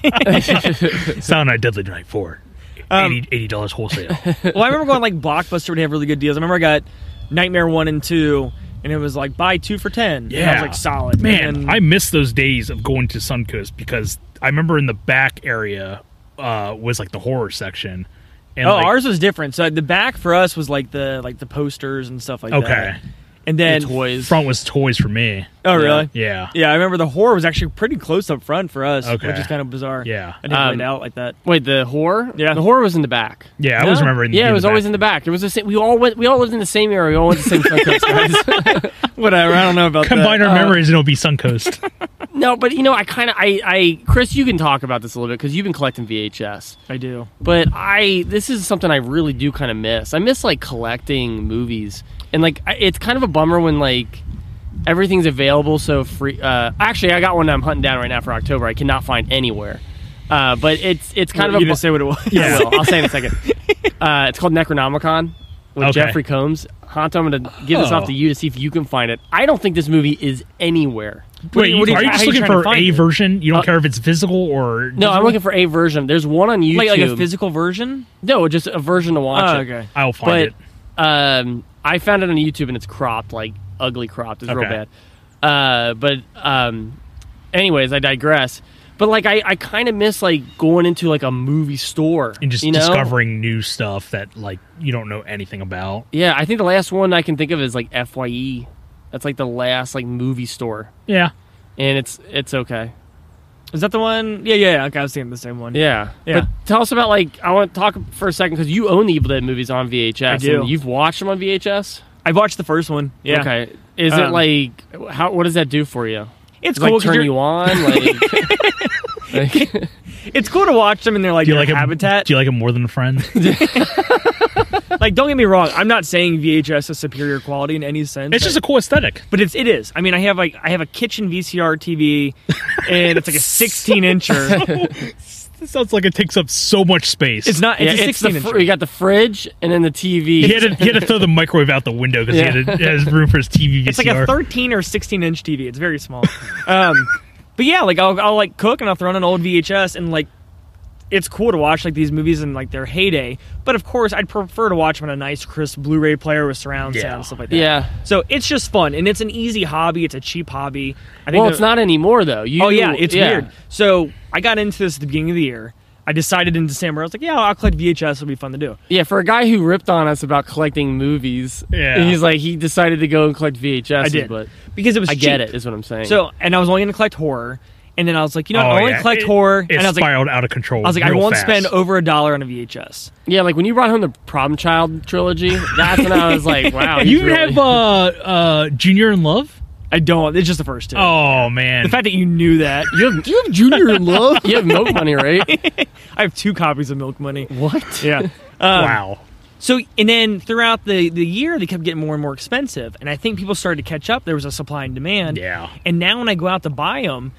S3: Silent Night, Deadly Night Four.
S2: Um,
S3: Eighty dollars wholesale.
S1: well, I remember going like Blockbuster would have really good deals. I remember I got Nightmare One and Two, and it was like buy two for ten. and I was like solid.
S3: Man,
S1: And then- Oh,
S3: I miss those days of going to Suncoast because I remember in the back area uh, was like the horror section. And
S1: oh,
S3: like,
S1: ours was different. So the back for us was like the like the posters and stuff like
S3: Okay.
S1: that. and then
S2: the toys.
S3: front was toys for me.
S1: oh really?
S3: Yeah.
S1: Yeah, I remember the horror was actually pretty close up front for us,
S3: Okay.
S1: which is kind of bizarre.
S3: Yeah.
S1: I didn't
S2: Um,
S1: write it out like that.
S2: Wait, the horror?
S1: Yeah.
S2: the horror was in the back.
S3: Yeah, I always
S1: No.
S3: remember. In
S2: Yeah, it was
S3: the
S2: always
S3: back.
S2: in the back. It was the same. We all went. We all lived in the same area. We all went to the same Suncoast. Guys.
S1: Whatever, I don't know about
S3: Combine
S1: that.
S3: our memories and it'll be Suncoast.
S2: No, but you know, I kind of, I, I, Chris, you can talk about this a little bit because you've been collecting VHS.
S1: I do.
S2: But I, this is something I really do kind of miss. I miss like collecting movies, and like I, it's kind of a bummer when like everything's available so free. Uh, actually, I got one that I'm hunting down right now for October. I cannot find anywhere. Uh, but it's it's kind of
S1: you
S2: a bu-
S1: didn't say what it was.
S2: I will. I'll say in a second. Uh, it's called Necronomicon with
S3: Okay.
S2: Jeffrey Combs. Hanto, I'm going to give this off
S3: Oh.
S2: to you to see if you can find it. I don't think this movie is anywhere.
S1: What do
S3: Wait,
S1: you- what do
S3: are you just
S1: how
S3: looking
S1: trying to
S3: for
S1: find
S3: a
S1: it?
S3: version? You don't
S2: Uh,
S3: care if it's physical or
S2: No, I'm looking for a version. There's one on YouTube.
S1: Like, like a physical version?
S2: no, just a version to watch.
S1: Oh,
S2: it.
S1: okay.
S3: I'll find
S2: but
S3: it.
S2: um, I found it on YouTube and it's cropped, like ugly cropped. It's real
S3: Okay.
S2: bad. Uh, but um, anyways, I digress. But like, I, I kind of miss like going into like a movie store
S3: And just
S2: you know?
S3: discovering new stuff that like you don't know anything about.
S2: Yeah, I think the last one I can think of is like Fye. That's like the last like movie store,
S3: Yeah.
S2: and it's it's okay.
S1: Is that the one? Yeah, yeah, yeah. Okay, I was thinking the same one.
S2: Yeah,
S1: Yeah.
S2: But tell us about like I want to talk for a second because you own the Evil Dead movies on VHS.
S1: I do.
S2: and you've watched them on VHS.
S1: I watched the first one. Yeah.
S2: Okay. Is
S1: Um,
S2: it like how? What does that do for you?
S1: It's
S2: Does it,
S1: cool. 'cause
S2: like turn
S1: you're-
S2: you on? Like, like-
S1: It's cool to watch them in their like,
S3: Do you
S1: their
S3: like it?
S1: habitat.
S3: Do you like it more than a friend?
S1: like, don't get me wrong. I'm not saying VHS is superior quality in any sense.
S3: it's just a cool aesthetic.
S1: but it's it is. I mean, I have like I have a kitchen VCR TV, and it's like a 16 incher.
S3: This sounds like it takes up so much space.
S1: It's not.
S2: yeah,
S1: It's a
S2: it's the
S1: 16
S2: fr-
S1: incher.
S2: you got the fridge and then the TV.
S3: He had, to, he had to throw the microwave out the window because
S2: Yeah.
S3: he had, to, has room for his TV.
S1: It's like a 13 or 16 inch TV. It's very small. um, but yeah, like I'll, I'll like cook and I'll throw on an old VHS and like it's cool to watch like these movies in like their heyday. But of course, I'd prefer to watch them on a nice crisp Blu-ray player with surround
S3: Yeah.
S1: sound and stuff like that.
S2: yeah.
S1: So it's just fun and it's an easy hobby. It's a cheap hobby. I
S2: Well,
S1: the-
S2: it's not anymore though. You,
S1: oh yeah, it's weird. So I got into this at the beginning of the year. I decided in December I was like, yeah, I'll collect VHS. It'll be fun to do.
S2: Yeah, for a guy who ripped on us about collecting movies,
S3: Yeah.
S2: he's like he decided to go and collect VHS.
S1: I did
S2: but
S1: because it was
S2: I get
S1: cheap.
S2: it. Is what I'm saying.
S1: So and I was only going to collect horror. And then I was like, you know, what, I only collect
S3: Oh, it,
S1: horror.
S3: It
S1: and I was like,
S3: spiraled out of control.
S1: I was like, I
S3: real
S1: won't
S3: fast.
S1: spend over a dollar on a VHS.
S2: yeah, like when you brought home the Problem Child trilogy, that's when I was like, wow. he's
S3: You
S2: really-
S3: have uh, uh, Junior in Love?
S1: I don't. It's just the first two.
S3: Oh man,
S1: The fact that you knew that.
S2: you have you have Junior in Love. You have no money, right?
S1: I have two copies of Milk Money.
S2: What?
S1: Yeah.
S3: wow.
S1: So, and then throughout the, the year, they kept getting more and more expensive. And I think people started to catch up. There was a supply and demand.
S3: Yeah.
S1: And now when I go out to buy them,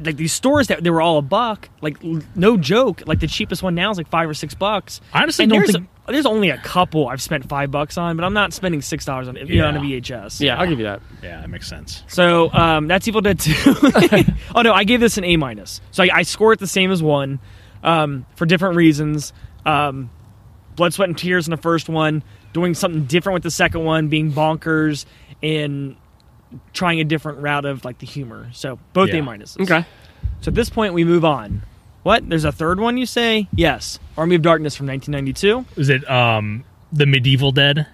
S1: like these stores that they were all a buck, like l- no joke, like the cheapest one now is like five or six bucks.
S3: I honestly
S1: and
S3: don't
S1: there's,
S3: think-
S1: there's only a couple I've spent five bucks on, but I'm not spending six dollars on, you know, on a
S3: Yeah.
S1: VHS.
S2: Yeah, I'll give you that.
S3: Yeah, that makes sense.
S1: So um, that's Evil Dead 2. oh no, I gave this an A minus. So I, I score it the same as one, um, for different reasons. Um, blood, sweat, and tears in the first one. Doing something different with the second one, being bonkers and trying a different route of like the humor. So both
S3: Yeah.
S1: A minuses.
S2: Okay.
S1: So at this point, we move on. What? There's a third one, you say? Yes. Army of Darkness from 1992.
S3: Was it um the medieval dead?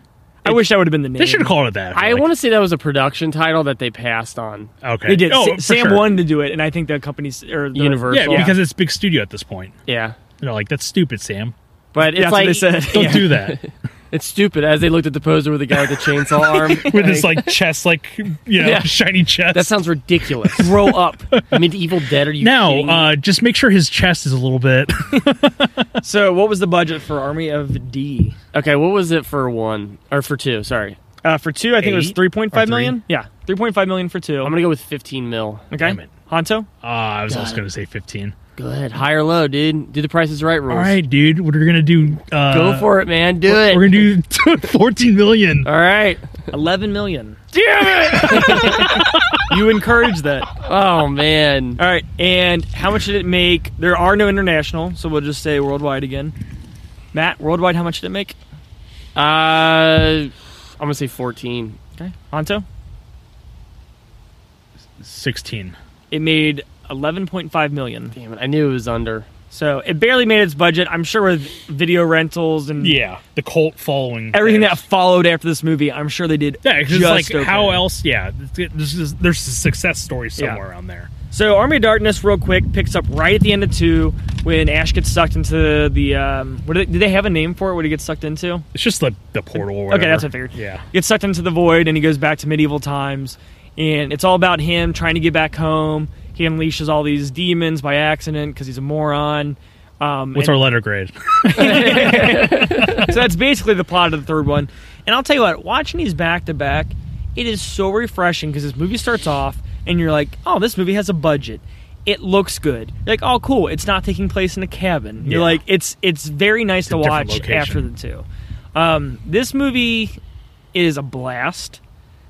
S1: I wish that would have been the name.
S3: They should have called it that.
S2: I
S3: like-
S2: want to say that was a production title that they passed on
S3: Okay,
S1: They did.
S3: Oh,
S1: Sa-
S3: for
S1: Sam
S3: sure.
S1: wanted to do it, and I think the company's or the,
S3: Yeah,
S2: Universal.
S3: because it's big studio at this point.
S2: yeah.
S3: They're like, that's stupid, Sam.
S2: But it's
S1: Yeah, that's what
S2: like
S1: they said.
S3: Don't
S1: Yeah.
S3: do that
S2: it's stupid as they looked at the poser with the guy with the chainsaw arm.
S3: with this like chest, like you know,
S2: Yeah.
S3: shiny chest.
S2: that sounds ridiculous.
S1: grow up.
S2: Medieval Dead? Are you
S3: no,
S2: kidding me?
S3: uh, just make sure his chest is a little bit.
S1: So, what was the budget for Army of D?
S2: okay, what was it for one or for two? Sorry,
S1: Uh, for two, I think it was
S3: Eight
S1: three point five
S3: or three?
S1: million. Yeah, three point five million for 2
S2: I'm gonna go with 15 mil.
S1: okay,
S3: Damn it.
S1: Honto.
S3: Uh, I was also gonna say fifteen.
S2: Good, high or low, dude. Do the Price is Right rules.
S3: All right, dude. What are we gonna do? Uh,
S2: go for it, man. Do it.
S3: We're gonna do fourteen million.
S2: All right.
S1: Eleven million. Damn it! you encourage that. All
S2: Oh man.
S1: right, and how much did it make? There are no international, so we'll just say worldwide again. Matt, worldwide, how much did it make?
S2: Uh, I'm gonna say 14.
S1: Okay, Honto.
S3: Sixteen.
S1: It made eleven point five million.
S2: Damn it! I knew it was under.
S1: So it barely made its budget. I'm sure with video rentals and
S3: Yeah, the cult following
S1: everything
S3: there.
S1: that followed after this movie, I'm sure they did.
S3: Yeah, because
S1: just
S3: like how
S1: okay.
S3: else? Yeah, it's- there's there's- there's a success story somewhere
S1: Yeah.
S3: around there.
S1: So Army of Darkness, real quick, picks up right at the end of two when Ash gets sucked into the. Um, what do they, did they have a name for it? What he gets sucked into?
S3: It's just the the portal. Or
S1: Okay, that's what I
S3: whatever.
S1: figured.
S3: Yeah,
S1: He gets sucked into the void and he goes back to medieval times, and it's all about him trying to get back home. He unleashes all these demons by accident because he's a moron. Um,
S3: what's
S1: and-
S3: our letter grade?
S1: so that's basically the plot of the third one. And I'll tell you what, watching these back to back, it is so refreshing because this movie starts off and you're like, oh, this movie has a budget. It looks good. You're like, oh, cool. It's not taking place in a cabin. You're
S3: Yeah.
S1: like, it's it's very nice to
S3: a different
S1: watch
S3: location.
S1: after the two. Um, this movie is a blast.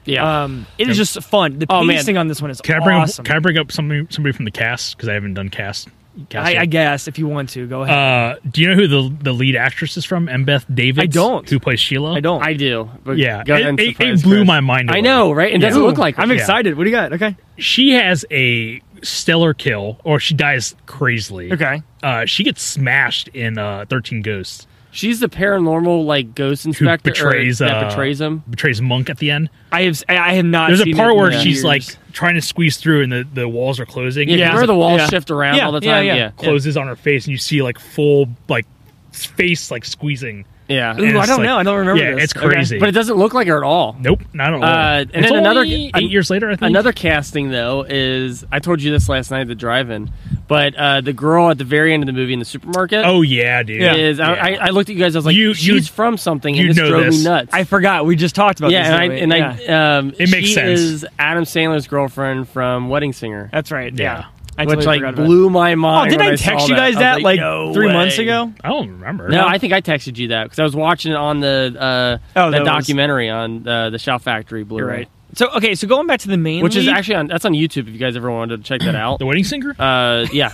S2: Yeah.
S1: Um, it is just fun. The
S2: Oh, man.
S1: pacing on this one is
S3: Uh, Can I bring
S1: awesome.
S3: up, can I bring up somebody somebody from the cast because I haven't done cast. cast
S1: I,
S3: yet.
S1: I guess if you want to go ahead.
S3: uh, do you know who the the lead actress is from? Embeth Davids.
S1: I don't.
S3: Who plays Sheila?
S1: I don't.
S2: I do. But
S3: Yeah,
S2: go ahead
S3: it,
S2: and
S3: it-
S2: surprise
S3: it blew
S2: Chris.
S3: my mind. Away.
S2: I know, right? It doesn't
S1: Ooh,
S2: look like.
S1: I'm
S2: her.
S1: excited. What do you got? Okay.
S3: She has a stellar kill, or she dies crazily.
S1: Okay.
S3: Uh, she gets smashed in uh, Thirteen Ghosts.
S2: She's the paranormal like ghost inspector or
S3: betrays,
S2: that
S3: uh,
S2: betrays him.
S3: Betrays Monk at the end.
S1: I have I I have not.
S3: There's a
S1: seen
S3: part
S1: it
S3: where
S1: in
S3: she's
S1: years.
S3: like trying to squeeze through, and the, the walls are closing.
S2: Yeah,
S3: and
S1: Yeah.
S3: there's
S2: remember the
S3: a-
S2: walls
S1: Yeah.
S2: shift around
S1: Yeah,
S2: all the
S1: yeah,
S2: time.
S1: yeah.
S2: Yeah, yeah.
S3: closes on her face, and you see like full like face like squeezing.
S1: Ooh,
S3: and
S1: I
S3: it's
S1: don't
S3: like-
S1: know. I don't remember.
S3: Yeah,
S1: this.
S3: it's
S1: Okay.
S3: crazy.
S2: But it doesn't look like her at all.
S3: Nope, not at all.
S2: Uh, and
S3: It's
S2: then another-
S3: only
S2: an-
S3: eight years later, I think.
S2: Another casting though is I told you this last night at the drive-in, but uh, the girl at the very end of the movie in the supermarket
S3: Oh yeah, dude.
S2: is I, I looked at you guys. I was like,
S3: You- you-
S2: she's from something,
S3: you
S2: and this
S3: know
S2: drove
S3: this.
S2: me nuts.
S1: I forgot. We just talked about
S2: yeah,
S1: this.
S2: and I
S1: didn't we?
S2: and
S1: Yeah.
S2: I um,
S3: It makes
S2: she
S3: sense.
S2: is Adam Sandler's girlfriend from Wedding Singer,
S1: That's right. Yeah.
S3: Yeah.
S1: I
S2: which
S1: totally forgot
S2: like
S1: about
S2: blew my
S1: it.
S2: mind.
S1: Oh, did
S2: when
S1: I
S2: saw
S1: text you
S2: that. I
S1: guys
S2: was
S1: that like
S2: no
S1: three
S2: way.
S1: months ago?
S3: I don't remember.
S2: No, I think I texted you that because I was watching it on the uh,
S1: Oh, that
S2: the
S1: was-
S2: documentary on uh, the Shout Factory Blu-ray,
S1: You're right. So okay, so going back to the main,
S2: which is
S1: lead,
S2: actually on that's on YouTube. If you guys ever wanted to check that out,
S3: the wedding singer.
S2: uh, yeah,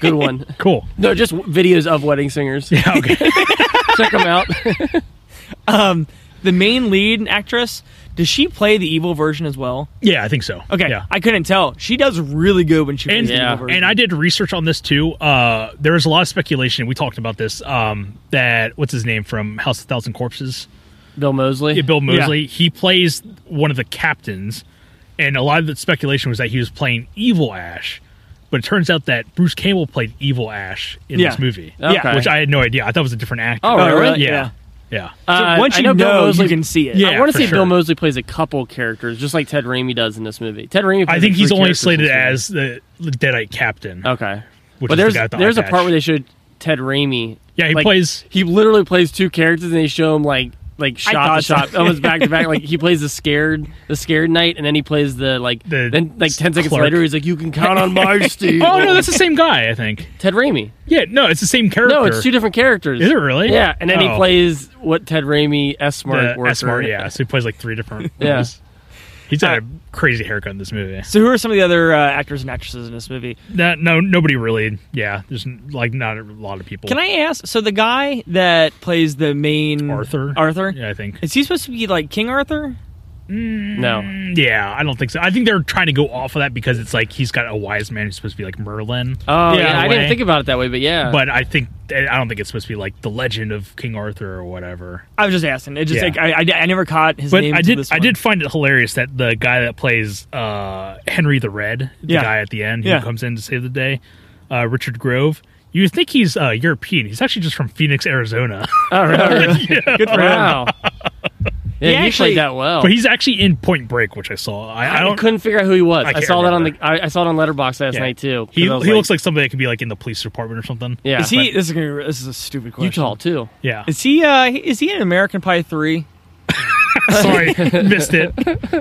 S2: good one.
S3: cool.
S2: No, just w- videos of wedding singers.
S3: Yeah. Okay.
S2: Check them out.
S1: um the main lead actress. Does she play the evil version as well?
S3: yeah, I think so.
S1: Okay,
S3: Yeah.
S1: I couldn't tell. She does really good when she plays
S3: And-
S1: the
S2: Yeah.
S1: evil version.
S3: And I did research on this too. Uh, there was a lot of speculation. We talked about this. Um, that what's his name from House of Thousand Corpses?
S2: Bill Mosley.
S3: Yeah, Bill Mosley. He plays one of the captains, and a lot of the speculation was that he was playing evil Ash, but it turns out that Bruce Campbell played evil Ash in
S1: Yeah.
S3: this movie.
S1: Yeah.
S2: Oh, Okay.
S3: Which I had no idea. I thought it was a different actor.
S2: Oh,
S1: Oh,
S2: really?
S1: really?
S3: Yeah. Yeah.
S2: Uh,
S1: once
S2: I
S1: you
S2: know Bill
S1: know,
S2: Mosley-
S1: you can see it.
S3: Yeah.
S2: I want to
S3: for
S2: say
S3: sure.
S2: Bill Mosley plays a couple characters, just like Ted Raimi does in this movie. Ted Raimi. Plays
S3: I think
S2: like
S3: he's
S2: three
S3: only
S2: characters in
S3: slated
S2: this Oh, movie.
S3: as the the Deadite captain.
S2: okay.
S3: Which
S2: but there's
S3: is the guy with the eye
S2: there's a
S3: patch.
S2: part where they showed Ted Raimi.
S3: Yeah, he
S2: like,
S3: plays-
S2: He literally plays two characters, and they show him like like shot to
S1: thought so.
S2: shot, almost back to back. Like he plays the scared the scared knight, and then he plays the like
S3: The
S2: then like ten seconds
S3: clerk.
S2: later he's like, "You can count on my Steve."
S3: Oh no, that's the same guy. I think.
S2: Ted Raimi.
S3: Yeah, no, it's the same character.
S2: No, it's two different characters.
S3: Is it really?
S2: Yeah, and then he
S3: Oh.
S2: plays what Ted Raimi S
S3: The
S2: smart
S3: S Smart, yeah. So he plays like three different.
S2: Yeah. Uh,
S3: roles. he's got a crazy haircut in this movie.
S1: So who are some of the other uh, actors and actresses in this movie?
S3: No, no, nobody really. Yeah, there's like not a lot of people.
S1: Can I ask? So the guy that plays the main
S3: Arthur?
S1: Arthur,
S3: Yeah, I think.
S1: is he supposed to be like King Arthur?
S2: No.
S1: Mm.
S3: Mm, Yeah, I don't think so. I think they're trying to go off of that because it's like he's got a wise man who's supposed to be like Merlin.
S2: Oh
S1: Yeah,
S2: yeah,
S1: in a
S2: I
S3: way.
S2: didn't think about it that way, but yeah.
S3: but I think eh, I don't think it's supposed to be like the legend of King Arthur or whatever.
S1: I was just asking. It just
S3: Yeah.
S1: like I, I, I never caught his
S3: But
S1: name.
S3: I
S1: until
S3: did
S1: This
S3: I
S1: one.
S3: did find it hilarious that the guy that plays uh, Henry the Red, the
S1: Yeah.
S3: guy at the end who
S1: Yeah.
S3: comes in to save the day, uh, Richard Grove. You would think he's uh, European. He's actually just from Phoenix, Arizona.
S2: oh, really?
S1: Good for him.
S2: wow. Yeah, he,
S1: actually-
S2: played that well.
S3: But he's actually in Point Break, which I saw. I, I
S2: I,
S3: don't.
S2: couldn't figure out who he was. I,
S3: can't
S2: saw that on the.
S3: remember.
S2: I, I saw it on Letterbox last
S3: yeah.
S2: night too. 'cause
S3: He, he
S2: I was
S3: looks like somebody that could be like in the police department or something.
S2: yeah,
S1: Is he? This is gonna. be- This is a stupid
S2: but
S1: question.
S2: Utah too?
S3: Yeah.
S1: Is he? Uh, is he in American Pie three?
S3: Sorry, missed it.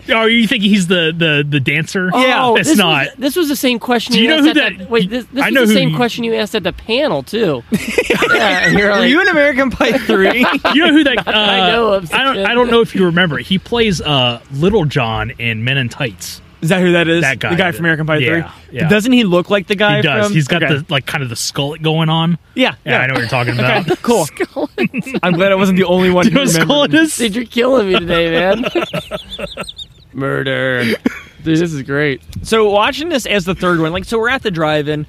S3: Oh, you think he's the the the dancer?
S1: Yeah. Oh,
S2: oh,
S3: it's
S2: this
S3: not.
S2: Was, this was the same question.
S3: Do you know
S2: asked
S3: who
S2: at
S3: that-
S2: wait, this, this
S3: I
S2: was
S3: know
S2: the
S3: who
S2: same
S3: you-
S2: question you asked at the panel too. yeah, and you're
S1: Are
S2: like,
S1: you in American Pie three?
S3: you know who that? Uh, I
S2: know of,
S3: I don't. I don't know if you remember. He plays uh, Little John in Men in Tights.
S1: is that who that is?
S3: That guy
S1: The guy
S3: did.
S1: from American Pie
S3: Yeah,
S1: three.
S3: yeah.
S1: Doesn't he look like the guy?
S3: He does.
S1: From,
S3: He's got
S1: Okay.
S3: the like kind of the skullet going on.
S1: Yeah.
S3: Yeah, I know what you're talking about.
S1: Cool. I'm glad I wasn't the only one
S3: You know
S1: who
S3: what
S1: remembered.
S3: skullet is?
S2: dude, you're killing me today, man. Murder, dude. This is great.
S1: So watching this as the third one, like, so we're at the drive-in.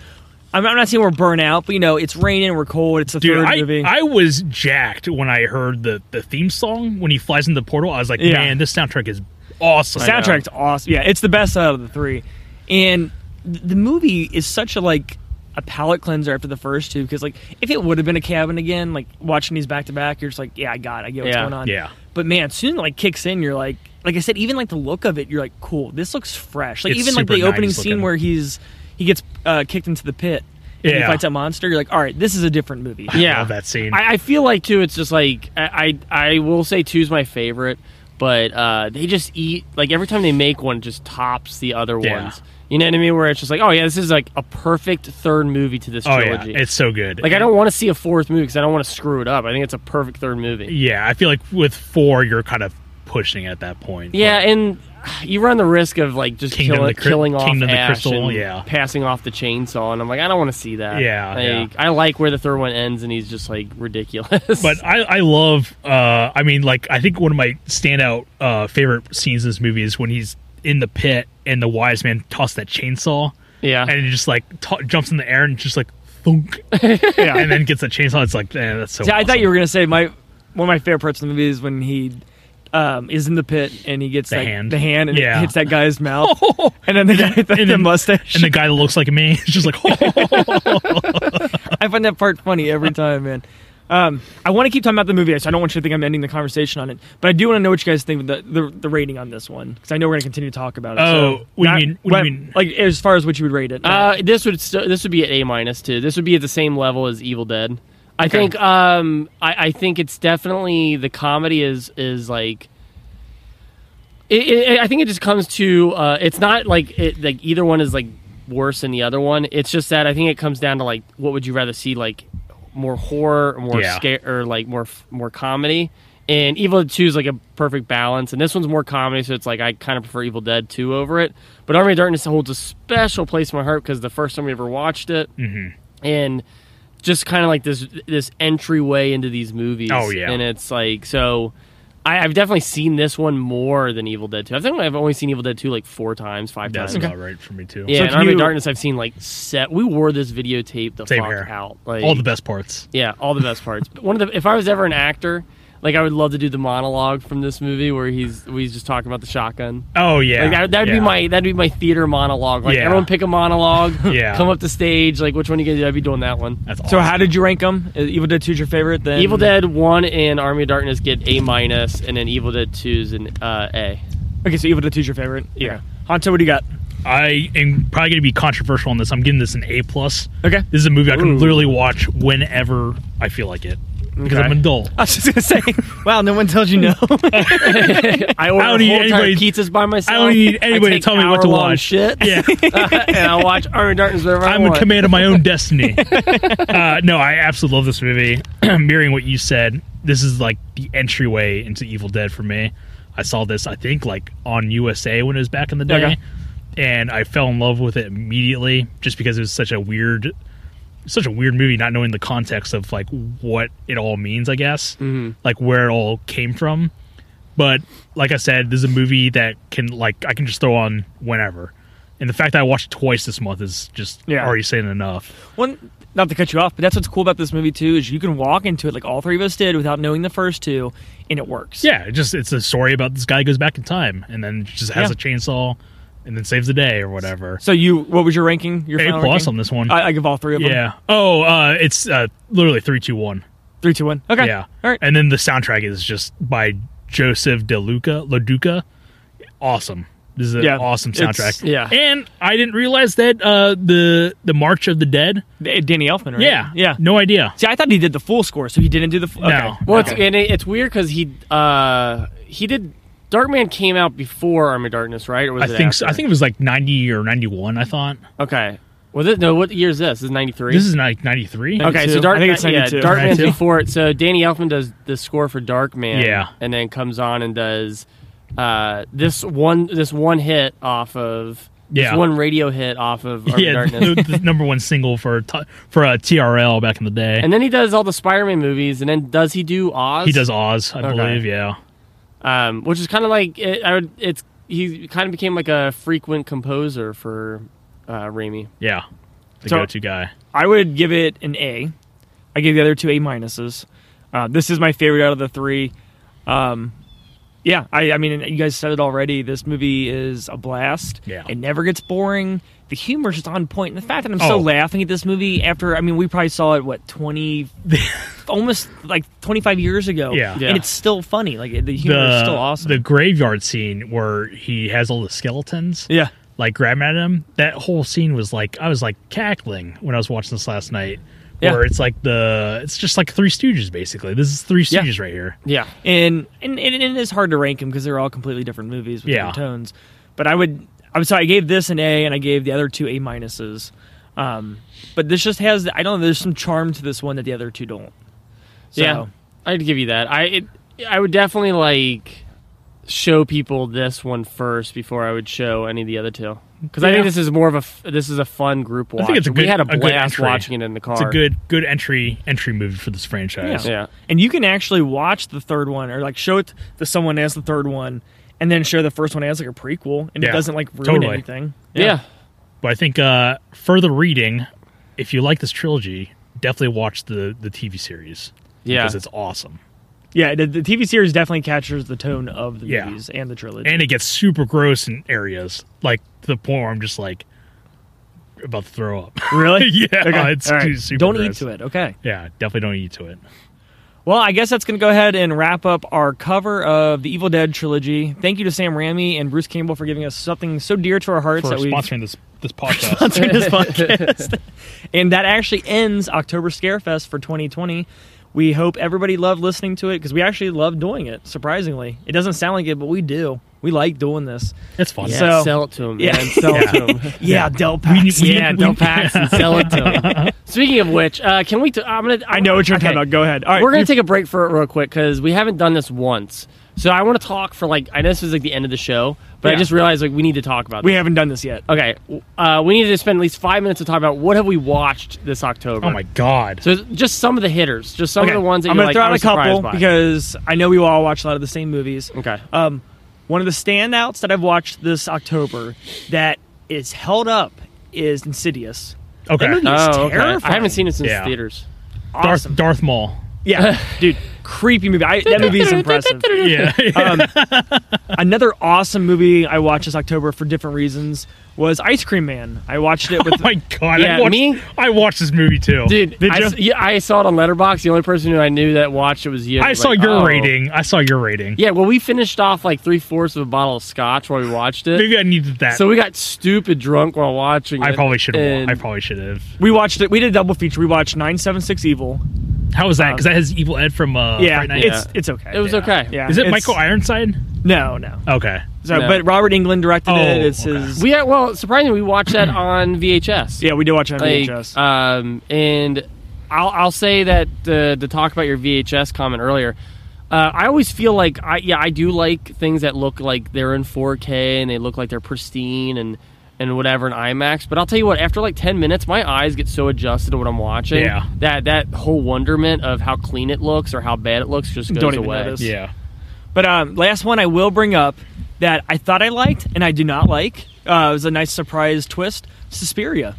S1: I'm, I'm not saying we're burnt out, but you know, it's raining, we're cold. It's the
S3: Dude,
S1: third
S3: I,
S1: movie.
S3: I was jacked when I heard the, the theme song when he flies into the portal. I was like,
S1: Yeah.
S3: man, this soundtrack is awesome.
S1: Soundtrack's awesome. Yeah, it's the best out of the three, and th- the movie is such a like a palate cleanser after the first two because like if it would have been a cabin again, like watching these back to back, you're just like, yeah, I got, it. I get what's
S2: Yeah.
S1: going on.
S3: Yeah.
S1: But man, soon it, like kicks in, you're like, like I said, even like the look of it, you're like, cool, this looks fresh. Like
S3: It's
S1: even like
S3: super
S1: the opening
S3: 90s
S1: scene
S3: looking.
S1: where he's he gets uh, kicked into the pit. And he
S3: Yeah.
S1: fights a monster. You're like, all right, this is a different movie.
S2: Yeah,
S3: love that scene.
S2: I, I feel like too. It's just like I, I I will say two's my favorite, but uh, they just eat like every time they make one, it just tops the other
S3: Yeah.
S2: ones. You know what I mean? Where it's just like, oh yeah, this is like a perfect third movie to this
S3: Oh yeah,
S2: trilogy.
S3: it's so good.
S2: like I don't want to see a fourth movie because I don't want to screw it up. I think it's a perfect third movie.
S3: Yeah, I feel like with four, you're kind of pushing it at that point.
S2: Yeah, and you run the risk of like just
S3: Kingdom
S2: killing,
S3: of the Cry-
S2: killing off
S3: Kingdom of the
S2: Ash
S3: Crystal,
S2: and
S3: yeah.
S2: passing off the chainsaw, and I'm like, I don't want to see that.
S3: Yeah,
S2: like,
S3: yeah.
S2: I like where the third one ends, and he's just like ridiculous.
S3: But I, I love. Uh, I mean, like I think one of my standout uh, favorite scenes in this movie is when he's in the pit and the wise man tossed that chainsaw,
S2: yeah,
S3: and he just like to jumps in the air and just like thunk,
S1: Yeah.
S3: and then gets the chainsaw. It's like eh, that's so.
S1: See, I thought
S3: awesome.
S1: you were gonna say my one of my favorite parts of the movie is when he um, is in the pit and he gets
S3: The
S1: like,
S3: hand.
S1: the hand and
S3: Yeah.
S1: it hits that guy's mouth, and then the guy with the,
S3: and
S1: the
S3: then-
S1: mustache.
S3: And the guy that looks like me is just like, oh,
S1: I find that part funny every time, man. Um, I want to keep talking about the movie, so I don't want you to think I'm ending the conversation on it. But I do want to know what you guys think of the the, the rating on this one because I know we're gonna continue to talk about it.
S3: Oh,
S1: so
S3: what do you mean- what do you mean?
S1: Like as far as what you would rate it?
S2: uh, this would st- this would be at A minus too. This would be at the same level as Evil Dead. I
S1: Okay.
S2: think um, I, I think it's definitely the comedy is is like. It, it, I think it just comes to uh, it's not like it, like either one is like worse than the other one. It's just that I think it comes down to like what would you rather see like more horror, or more
S3: Yeah.
S2: scare, or like more f- more comedy. And Evil Dead Two is like a perfect balance, and this one's more comedy, so it's like I kind of prefer Evil Dead Two over it. But Army of Darkness holds a special place in my heart because the first time we ever watched it,
S3: Mm-hmm.
S2: and just kind of like this this entryway into these movies.
S3: Oh, yeah.
S2: and it's like so. I, I've definitely seen this one more than Evil Dead Two. I think I've only seen Evil Dead Two like four times, five
S3: that's
S2: times.
S3: about right for me too.
S2: Yeah,
S1: So
S2: and
S1: can
S2: Army of
S1: you-
S2: Darkness I've seen like set. We wore this videotape the
S3: Same
S2: fuck
S3: here.
S2: out. Like
S3: all the best parts.
S2: yeah, all the best parts. But one of the if I was ever an actor, like I would love to do the monologue from this movie where he's where he's just talking about the shotgun.
S3: Oh yeah,
S2: Like that, that'd
S3: yeah.
S2: be my that'd be my theater monologue. Like
S3: Yeah.
S2: everyone pick a monologue.
S3: Yeah.
S2: Come up the stage. Like which one you gonna do? I'd be doing that one.
S3: That's
S1: so
S3: awesome.
S1: how did you rank them? Evil Dead Two's your favorite? Then
S2: Evil Dead One and Army of Darkness get A minus, and then Evil Dead Two's an uh, A.
S1: Okay, so Evil Dead Two's your favorite.
S2: Yeah.
S1: Hanto, what do you got?
S3: I am probably going to be controversial on this. I'm giving this an A plus.
S1: Okay.
S3: This is a movie I can
S2: Ooh.
S3: literally watch whenever I feel like it because
S1: Okay.
S3: I'm an adult.
S1: I was just gonna say, wow, no one tells you no.
S2: I order
S3: I don't need
S2: whole entire
S3: anybody-
S2: pizzas by myself.
S3: I don't need anybody to
S2: take
S3: tell me what to
S2: hour-long
S3: watch.
S2: Shit.
S3: Yeah,
S2: and I'll watch Army of Darkness whenever I
S3: I'm in
S2: want.
S3: command of my own destiny. Uh, no, I absolutely love this movie. Mirroring what you said, this is like the entryway into Evil Dead for me. I saw this, I think, like on USA when it was back in the day,
S1: Okay.
S3: and I fell in love with it immediately, just because it was such a weird, such a weird movie, not knowing the context of like what it all means. I guess,
S1: Mm-hmm.
S3: like where it all came from. But like I said, this is a movie that can like I can just throw on whenever. And the fact that I watched it twice this month is just
S1: Yeah.
S3: already saying enough.
S1: One, not to cut you off, but that's what's cool about this movie too is you can walk into it like all three of us did without knowing the first two, and it works.
S3: Yeah, it just it's a story about this guy goes back in time and then just has
S1: Yeah.
S3: a chainsaw and then saves the day or whatever.
S1: So you, what was your ranking? Your
S3: A
S1: final
S3: plus
S1: ranking?
S3: on this one.
S1: I, I give all three of them.
S3: yeah. Oh, uh, it's uh, literally three, two, one.
S1: Three, two, one. Okay.
S3: Yeah.
S1: All right.
S3: And then the soundtrack is just by Joseph DeLuca, LaDuca. Awesome. This is an
S1: Yeah.
S3: awesome
S1: It's-
S3: soundtrack.
S2: yeah.
S3: And I didn't realize that uh, the the March of the Dead.
S1: D- Danny Elfman, right?
S3: Yeah.
S1: Yeah.
S3: No idea.
S1: See, I thought he did the full score, so he didn't do the. Full, okay.
S3: No.
S2: Well, it's, and it, it's weird because he uh, he did Darkman came out before Army of Darkness, right? Or was
S3: I
S2: it
S3: think so, I
S2: after?
S3: think it was like ninety or ninety one. I thought
S2: Okay. Was it no? What year is this? This is ninety three.
S3: this is like ninety three.
S2: okay.
S1: 92.
S2: So Dark,
S1: I think it's
S2: yeah,
S1: 92.
S2: Darkman's
S3: 92.
S2: before it. So Danny Elfman does the score for Darkman.
S3: Yeah.
S2: and then comes on and does uh, this one this one hit off of
S3: Yeah.
S2: this one radio hit off of Army of
S3: Yeah,
S2: Darkness.
S3: the, the number one single for t- for uh, TRL back in the day.
S2: And then he does all the Spider-Man movies, and then does he do Oz?
S3: He does Oz, I
S2: Okay.
S3: believe. Yeah,
S2: um, which is kind of like it, I would, it's he kind of became like a frequent composer for uh, Raimi.
S3: yeah, the
S1: So-
S3: go-to guy.
S1: I would give it an A. I gave the other two A minuses. Uh, this is my favorite out of the three. Um, yeah, I, I mean, you guys said it already. This movie is a blast.
S3: Yeah.
S1: It never gets boring. The humor's just on point. And the fact that I'm still
S3: Oh.
S1: laughing at this movie after, I mean, we probably saw it, what, 20, almost like 25 years ago.
S3: Yeah.
S2: Yeah.
S1: And it's still funny. Like, the humor is
S3: The
S1: still awesome.
S3: the graveyard scene where he has all the skeletons,
S1: yeah.
S3: like grabbing at him. That whole scene was like I was like cackling when I was watching this last night.
S1: Yeah.
S3: Where it's like the it's just like Three Stooges basically. This is Three
S1: Yeah.
S3: Stooges right here.
S2: Yeah,
S1: and and, and it is hard to rank them because they're all completely different movies with
S3: Yeah.
S1: different tones. But I would, I'm sorry, I gave this an A, and I gave the other two A minuses. Um, but this just has, I don't know, there's some charm to this one that the other two don't. So,
S2: yeah. I'd give you that. I it, I would definitely like show people this one first before I would show any of the other two because I think
S3: Yeah.
S2: this is more of a f- this is a fun group watch.
S3: think it's a
S2: we
S3: good-
S2: had a
S3: a good
S2: blast
S3: entry.
S2: watching it in the car.
S3: It's a good good entry entry movie for this franchise.
S2: Yeah.
S1: And you can actually watch the third one or like show it to someone as the third one and then show the first one as like a prequel and it
S3: Yeah.
S1: doesn't like ruin
S3: Totally.
S1: anything.
S2: yeah.
S3: But I think uh, further reading, if you like this trilogy, definitely watch the the TV series.
S2: Yeah.
S3: because it's awesome,
S1: Yeah, the, the TV series definitely captures the tone of the
S3: Yeah.
S1: movies and the trilogy.
S3: and it gets super gross in areas like to the point where I'm just like about to throw up.
S1: really?
S3: Yeah, it's
S1: all
S3: too super
S1: Don't
S3: gross.
S1: eat to it. Okay.
S3: yeah, definitely don't eat to it.
S1: Well, I guess that's going to go ahead and wrap up our cover of the Evil Dead trilogy. Thank you to Sam Raimi and Bruce Campbell for giving us something so dear to our hearts
S3: For
S1: that we
S3: sponsoring this this podcast.
S1: sponsoring this podcast. and that actually ends October Scarefest for 2020. We hope everybody loved listening to it because we actually love doing it. Surprisingly, it doesn't sound like it, but we do. We like doing this.
S3: it's fun.
S2: Yeah,
S1: So-
S2: sell it to him.
S1: Yeah.
S2: man. sell it to him.
S1: Yeah, Del
S3: Pax.
S2: Yeah, Del Pax and sell it to him. Speaking of which, uh, can we? T- I'm gonna.
S1: I know what you're talking
S2: Okay.
S1: about. Go ahead. All right,
S2: We're gonna
S1: you-
S2: take a break for it real quick because we haven't done this once. So I want to talk for like I know this is like the end of the show, but I
S1: Yeah.
S2: just realized like we need to talk about.
S1: we
S2: this.
S1: haven't done this yet.
S2: okay, uh, we need to spend at least five minutes to talk about what have we watched this October.
S3: Oh my god.
S2: So just some of the hitters, just some
S1: Okay,
S2: of the ones that
S1: I'm
S2: you're
S1: gonna
S2: like,
S1: throw
S2: I
S1: out a
S2: was
S1: couple
S2: surprised by.
S1: because I know we all watch a lot of the same movies.
S2: okay,
S1: Um, one of the standouts that I've watched this October that is held up is Insidious.
S3: okay.
S1: movie- it's
S2: oh, okay. I
S1: terrifying.
S2: haven't seen it since
S3: Yeah.
S2: theaters.
S3: Darth
S1: Awesome.
S3: Darth Maul.
S1: Yeah, dude, creepy movie. I, that movie is impressive.
S3: Yeah.
S1: Um, Another awesome movie I watched this October for different reasons was Ice Cream Man. I watched it with.
S3: Oh my god.
S2: Yeah,
S3: I watched,
S2: me-
S3: I watched this movie too.
S2: Dude,
S1: Did
S2: I,
S1: you?
S2: s- yeah, I saw it on Letterbox. The only person who I knew that watched it was you.
S3: I
S2: was
S3: saw
S2: like,
S3: your
S2: oh.
S3: rating. I saw your rating.
S2: Yeah, well, we finished off like three fourths of a bottle of scotch while we watched it.
S3: Maybe I needed that.
S2: So we got stupid drunk while watching.
S3: I
S2: it,
S3: probably should have.
S2: and-
S3: I probably should have.
S1: we watched it. We did a double feature. We watched Nine Seven Six Evil.
S3: How was that? Because that has Evil Ed from uh,
S1: Yeah,
S3: Fright Night.
S1: it's it's okay.
S2: It was
S3: Yeah.
S2: okay.
S1: yeah,
S3: Is it
S1: it's-
S3: Michael Ironside?
S1: No, no.
S3: Okay.
S1: So,
S2: No.
S1: but Robert England directed it.
S3: Oh,
S1: It's
S3: okay.
S1: his.
S2: We had, well, surprisingly, we watched that on VHS.
S1: yeah, we did watch it on
S2: like,
S1: VHS.
S2: um, and I'll I'll say that uh, to talk about your VHS comment earlier. Uh, I always feel like I yeah I do like things that look like they're in 4K and they look like they're pristine and and whatever in IMAX. But I'll tell you what, after like 10 minutes, my eyes get so adjusted to what I'm watching
S3: Yeah.
S2: that that whole wonderment of how clean it looks or how bad it looks just goes
S1: Don't even
S2: away.
S1: notice.
S3: Yeah.
S1: But um, last one I will bring up that I thought I liked and I do not like. Uh, it was a nice surprise twist. Suspiria.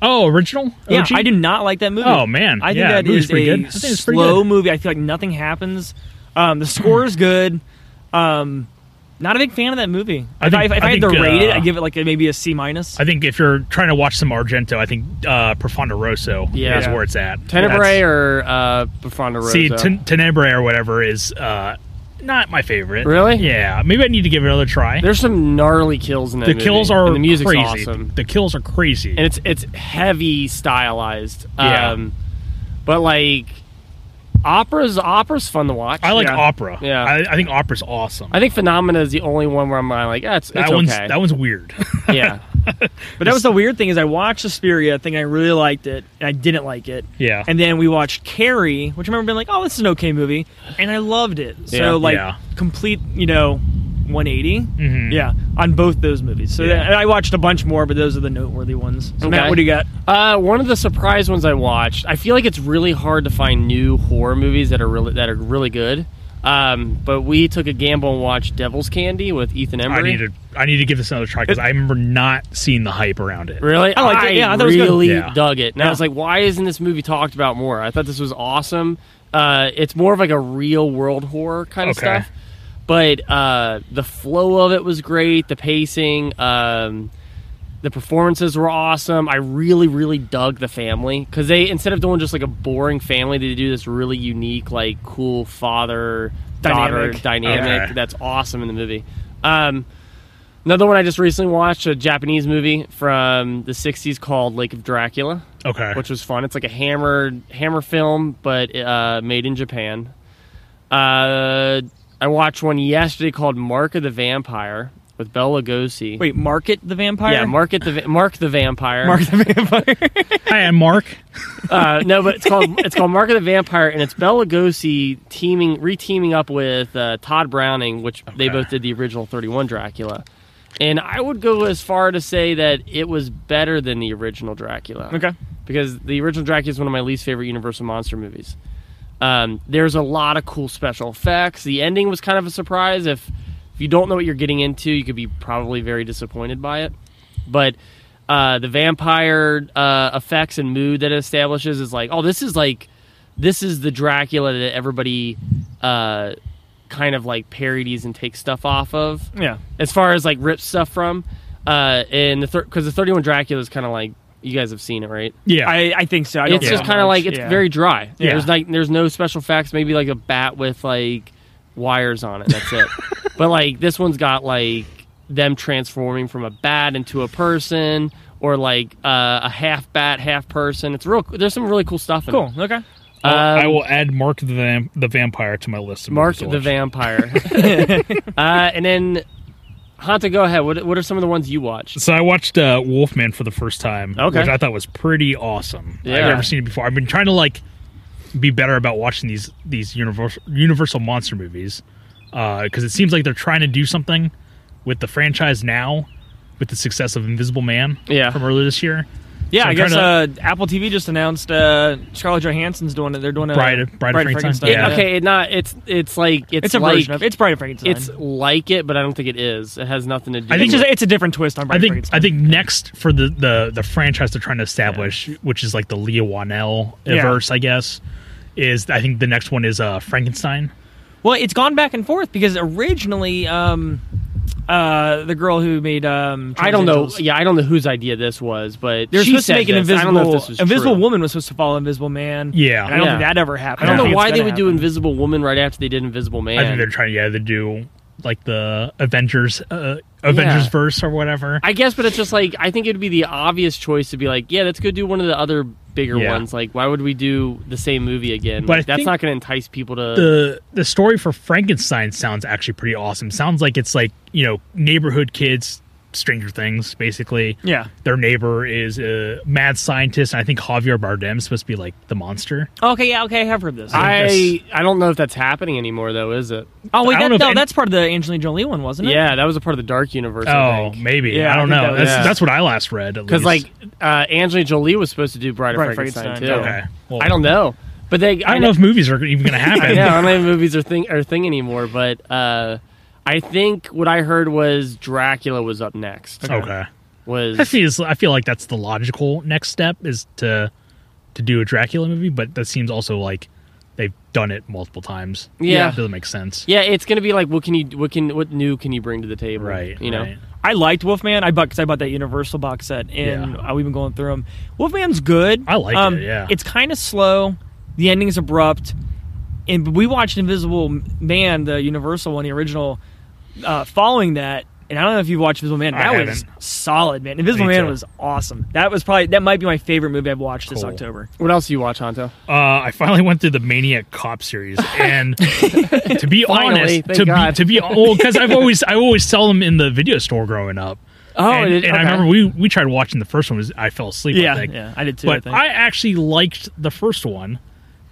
S3: Oh, original.
S1: Yeah,
S3: OG?
S1: I do not like that movie.
S3: Oh, man.
S1: I think
S3: Yeah,
S1: that
S3: the movie's
S1: is
S3: pretty
S1: a
S3: good. I think it's pretty
S1: slow
S3: good.
S1: movie. I feel like nothing happens. Um, the score is good. Um, not a big fan of that movie.
S3: I
S1: if I, if
S3: think-
S1: I
S3: I
S1: had
S3: think,
S1: to rate it,
S3: uh,
S1: I'd give it like a, maybe a C minus.
S3: I think if you're trying to watch some Argento, I think uh, Profonderoso
S2: Yeah.
S3: is where it's at.
S2: Tenebrae
S3: That's-
S2: or uh, Buffonderosa?
S3: see ten- Tenebrae or whatever is uh, not my favorite.
S2: Really?
S3: Yeah. Maybe I need to give it another try.
S2: There's some gnarly kills in that
S3: the
S2: movie,
S3: kills are
S2: and the music's
S3: crazy.
S2: awesome.
S3: The kills are crazy.
S2: and it's it's heavy stylized.
S3: Yeah.
S2: Um but like opera's opera's fun to watch.
S3: I like
S1: yeah.
S3: opera.
S2: Yeah.
S3: I, I think opera's awesome.
S2: I think Phenomena is the only one where I'm like, that's it's
S3: that one's
S2: okay.
S3: that one's weird.
S2: yeah.
S1: But that was the weird thing is I watched Suspiria, thinking I really liked it, and I didn't like it.
S3: Yeah.
S1: And then we watched Carrie, which I remember being like, "Oh, this is an okay movie," and I loved it. So
S2: Yeah.
S1: like
S3: Yeah.
S1: complete, you know, 180.
S3: Mhm.
S1: Yeah, on both those movies. So
S3: Yeah.
S1: that- and I watched a bunch more, but those are the noteworthy ones. So Matt,
S2: Okay.
S1: what do you got?
S2: Uh, one of the surprise ones I watched. I feel like it's really hard to find new horror movies that are really that are really good. Um, but we took a gamble and watched Devil's Candy with Ethan Embry.
S3: I need to I need to give this another try because I remember not seeing the hype around it.
S2: Really?
S1: I liked it. Yeah, I thought it was good.
S2: really
S3: Yeah.
S2: dug it. And I
S1: Yeah.
S2: was like, why isn't this movie talked about more? I thought this was awesome. Uh, it's more of like a real world horror kind of
S3: Okay.
S2: stuff. But uh, the flow of it was great. The pacing, um, the performances were awesome. I really, really dug the family because they instead of doing just like a boring family, they do this really unique, like cool father daughter
S1: Dynamic.
S2: dynamic.
S3: Okay.
S2: That's awesome in the movie. Um, Another one I just recently watched, a Japanese movie from the 60s called Lake of Dracula,
S3: Okay.
S2: which was fun. It's like a hammer hammer film, but uh, made in Japan. Uh, I watched one yesterday called Mark of the Vampire. with Bella Lugosi.
S1: Wait, market the vampire?
S2: yeah, Mark it the va- Mark the Vampire.
S1: Mark the vampire.
S3: Hi, I'm Mark.
S2: uh, no, but it's called it's called Mark of the Vampire, and it's Bella Lugosi teaming reteaming up with uh, Todd Browning, which they both did the original Thirty One Dracula. And I would go as far to say that it was better than the original Dracula.
S1: okay.
S2: because the original Dracula is one of my least favorite Universal monster movies. Um, there's a lot of cool special effects. The ending was kind of a surprise. If if you don't know what you're getting into, you could be probably very disappointed by it. But uh, the vampire uh, effects and mood that it establishes is like, oh, this is like this is the Dracula that everybody uh, kind of like parodies and takes stuff off of
S1: Yeah.
S2: as far as like rips stuff from. Uh, and the because the thirty one Dracula is kind of like you guys have seen it, right?
S3: Yeah,
S1: I, I think so. I don't
S2: It's just
S1: know
S2: kind of
S1: much.
S2: like it's
S1: Yeah.
S2: very dry.
S3: Yeah.
S2: There's like there's no special effects. Maybe like a bat with like wires on it. That's it. but like this one's got like them transforming from a bat into a person or like uh, a half bat, half person. It's real. There's some really cool stuff. In
S1: cool. Okay.
S2: It. Um,
S3: I will add Mark the Vam- the vampire to my list. Of
S2: Mark
S3: movies to
S2: the
S3: watch.
S2: vampire. uh, and then. Hanta, go ahead. What, what are some of the ones you watched?
S3: So I watched uh, Wolfman for the first time,
S2: Okay.
S3: which I thought was pretty awesome.
S2: Yeah.
S3: I've never seen it before. I've been trying to like be better about watching these these universal Universal monster movies because it seems like they're trying to do something with the franchise now with the success of Invisible Man
S2: Yeah.
S3: from earlier this year.
S1: Yeah,
S3: So
S1: I
S3: I'm
S1: guess uh,
S3: trying
S1: Apple TV just announced uh, Scarlett Johansson's doing it. They're doing a
S3: Bride of- Bride of Frankenstein?
S2: It-
S3: Yeah.
S2: Okay, it not it's it's like it's,
S1: It's a
S2: like,
S1: version of it's Bride of Frankenstein.
S2: It's like it, but I don't think it is. It has nothing to do.
S3: I
S1: it's
S3: think-
S1: just it's a different twist on Bride
S3: I
S1: of
S3: think
S1: Frankenstein.
S3: I think next for the the the franchise they're trying to establish, which is like the Leah Whannell
S1: Yeah.
S3: verse, I guess, is I think the next one is uh, Frankenstein.
S1: Well, it's gone back and forth because originally, um, uh, the girl who made um,
S2: I don't know.
S1: Transangels-
S2: Yeah, I don't know whose idea this was, but
S1: They're
S2: she
S1: supposed to
S2: said
S1: make an
S2: this. I don't
S1: invisible
S2: know if this was
S1: invisible
S2: true.
S1: woman was supposed to follow Invisible Man.
S3: Yeah.
S1: and I don't
S2: Yeah.
S1: think that ever happened.
S2: I don't
S3: Yeah.
S2: know
S1: think
S2: why
S1: it's
S2: they
S1: gonna
S2: would do
S1: happen.
S2: Invisible Woman right after they did Invisible Man.
S3: I think they're trying, yeah, to do like the Avengers, uh, Avengers verse or whatever.
S2: I guess, but it's just like I think it'd be the obvious choice to be like, yeah, let's go do one of the other bigger
S3: Yeah.
S2: ones. Like, why would we do the same movie again?
S3: But I
S2: Like, that's
S3: think
S2: not going to entice people to.
S3: the the story for Frankenstein sounds actually pretty awesome. Sounds like it's like you know neighborhood kids, Stranger Things, basically.
S1: Yeah.
S3: Their neighbor is a mad scientist, and I think Javier Bardem is supposed to be like the monster.
S1: Okay, yeah, okay, I have heard this.
S2: I I don't know if that's happening anymore though, is it?
S1: oh wait,
S3: I
S1: that,
S3: don't know
S1: no,
S3: if any-
S1: that's part of the Angelina Jolie one, wasn't it?
S2: Yeah, that was a part of the Dark Universe. I
S3: Oh,
S2: think.
S3: maybe.
S1: Yeah,
S3: I don't
S1: I think
S3: know.
S1: that was-
S3: That's
S2: Yeah.
S3: that's what I last read. at
S2: Because
S3: least.
S2: like uh, Angelina Jolie was supposed to do Bride of
S1: Bride of
S2: Frankenstein,
S1: Frankenstein,
S2: too.
S3: okay, well,
S2: I don't know, but they
S3: I don't know if movies are even going to happen.
S2: I know. I don't know if movies are thing are a thing anymore, but uh, I think what I heard was Dracula was up next.
S3: Okay. I
S2: Was
S3: feel, I feel like Oh. that's the logical next step is to to do a Dracula movie, but that seems also like they've done it multiple times.
S2: Yeah.
S3: It doesn't make sense.
S2: yeah, it's gonna be like what can you what can what new can you bring to the table?
S3: Right.
S2: You know.
S3: right.
S1: I liked Wolfman. I bought because I bought that Universal box set, and
S3: Yeah.
S1: uh, we've been going through them. Wolfman's good. Um,
S3: I like it, yeah.
S1: it's kind of slow. The ending's abrupt, and we watched Invisible Man, the Universal one, the original. Uh, following that, and I don't know if you've watched Invisible Man.
S3: I
S1: That was
S3: haven't.
S1: solid, man. Invisible
S3: Me
S1: Man
S3: too.
S1: was awesome. That was probably that might be my favorite movie I've watched this
S3: Cool.
S1: October.
S2: What else do you watch, Honto?
S3: Uh, I finally went through the Maniac Cop series, and to be
S2: Finally,
S3: honest,
S2: thank
S3: to
S2: God.
S3: be, to be well, because I've always I always saw them in the video store growing up.
S2: Oh,
S3: and,
S2: it-
S3: and I
S2: okay.
S3: remember we we tried watching the first one. Was I fell asleep?
S1: Yeah,
S3: I think.
S1: yeah, I did too, I
S3: But
S1: think.
S3: I, actually liked the first one,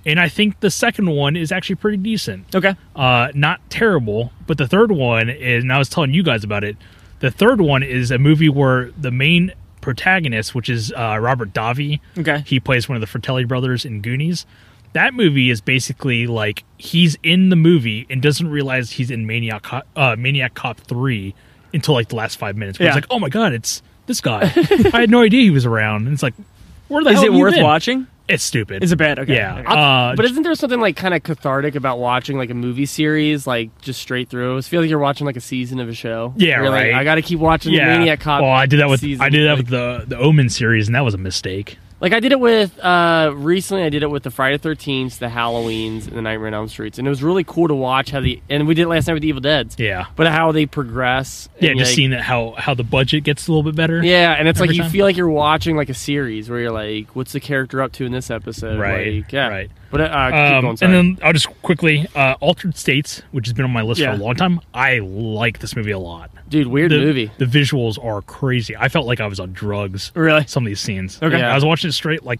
S3: and I think the second one is actually pretty decent.
S1: Okay,
S3: Uh, not terrible, but the third one is, and I was telling you guys about it. The third one is a movie where the main protagonist, which is uh, Robert Davi,
S1: Okay.
S3: he plays one of the Fratelli brothers in Goonies. That movie is basically like he's in the movie and doesn't realize he's in Maniac Cop, uh, Maniac Cop three until like the last five minutes. Where
S1: Yeah.
S3: He's like, oh my god, it's this guy. I had no idea he was around. And it's like, where the
S1: is
S3: hell
S1: it
S3: have you
S1: worth
S3: been?
S1: watching?
S3: It's stupid.
S1: Is it bad? Okay,
S3: Yeah.
S1: Okay.
S3: Uh,
S2: but isn't there something like kind of cathartic about watching like a movie series like just straight through? It feels like you're watching like a season of a show.
S3: Yeah,
S2: You're like,
S3: right.
S2: I got to keep watching the Maniac Cop.
S3: Well, I did that with
S2: season.
S3: I did that
S2: Like-
S3: with the the Omen series, and that was a mistake.
S2: Like I did it with uh recently I did it with the Friday thirteenth, the Halloweens, and the Nightmare on Elm Streets. And it was really cool to watch how the and we did it last night with the Evil Deads.
S3: Yeah,
S2: But how they progress. and,
S3: yeah, just
S2: like-
S3: seeing that how how the budget gets a little bit better.
S2: Yeah, and it's like
S3: every
S2: you
S3: time.
S2: feel like you're watching like a series where you're like, what's the character up to in this episode?
S3: Right,
S2: Like, yeah.
S3: right.
S2: But uh, keep
S3: Um,
S2: going, sorry.
S3: and then I'll just quickly uh, Altered States, which has been on my list
S1: Yeah.
S3: for a long time. I like this movie a lot.
S2: Dude, weird
S3: the,
S2: movie.
S3: The visuals are crazy. I felt like I was on drugs.
S1: Really?
S3: Some of these scenes.
S1: Okay.
S2: Yeah.
S3: I was watching it straight, like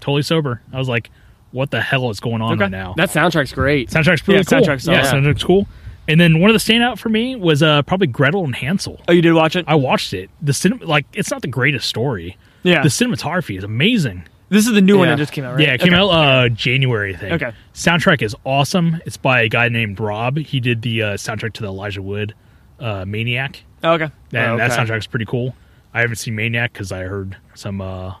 S3: totally sober. I was like, "What the hell is going on
S1: Okay.
S3: right now?"
S2: That soundtrack's great.
S3: soundtrack's pretty
S1: Yeah,
S3: cool.
S1: soundtrack's
S3: yeah,
S1: solid.
S3: soundtrack's cool. And then one of the standout for me was uh, probably Gretel and Hansel.
S1: Oh, you did watch it?
S3: I watched it. The cinema, like, it's not the greatest story.
S1: yeah.
S3: The cinematography is amazing.
S1: this is the new one
S2: Yeah.
S1: that just came out, right?
S3: Yeah, it came out uh January, I think.
S1: Okay.
S3: Soundtrack is awesome. It's by a guy named Rob. He did the uh, soundtrack to the Elijah Wood uh, Maniac.
S1: Oh, okay.
S3: And
S2: Oh,
S3: that
S2: okay.
S3: soundtrack's pretty cool. I haven't seen Maniac because I heard some. uh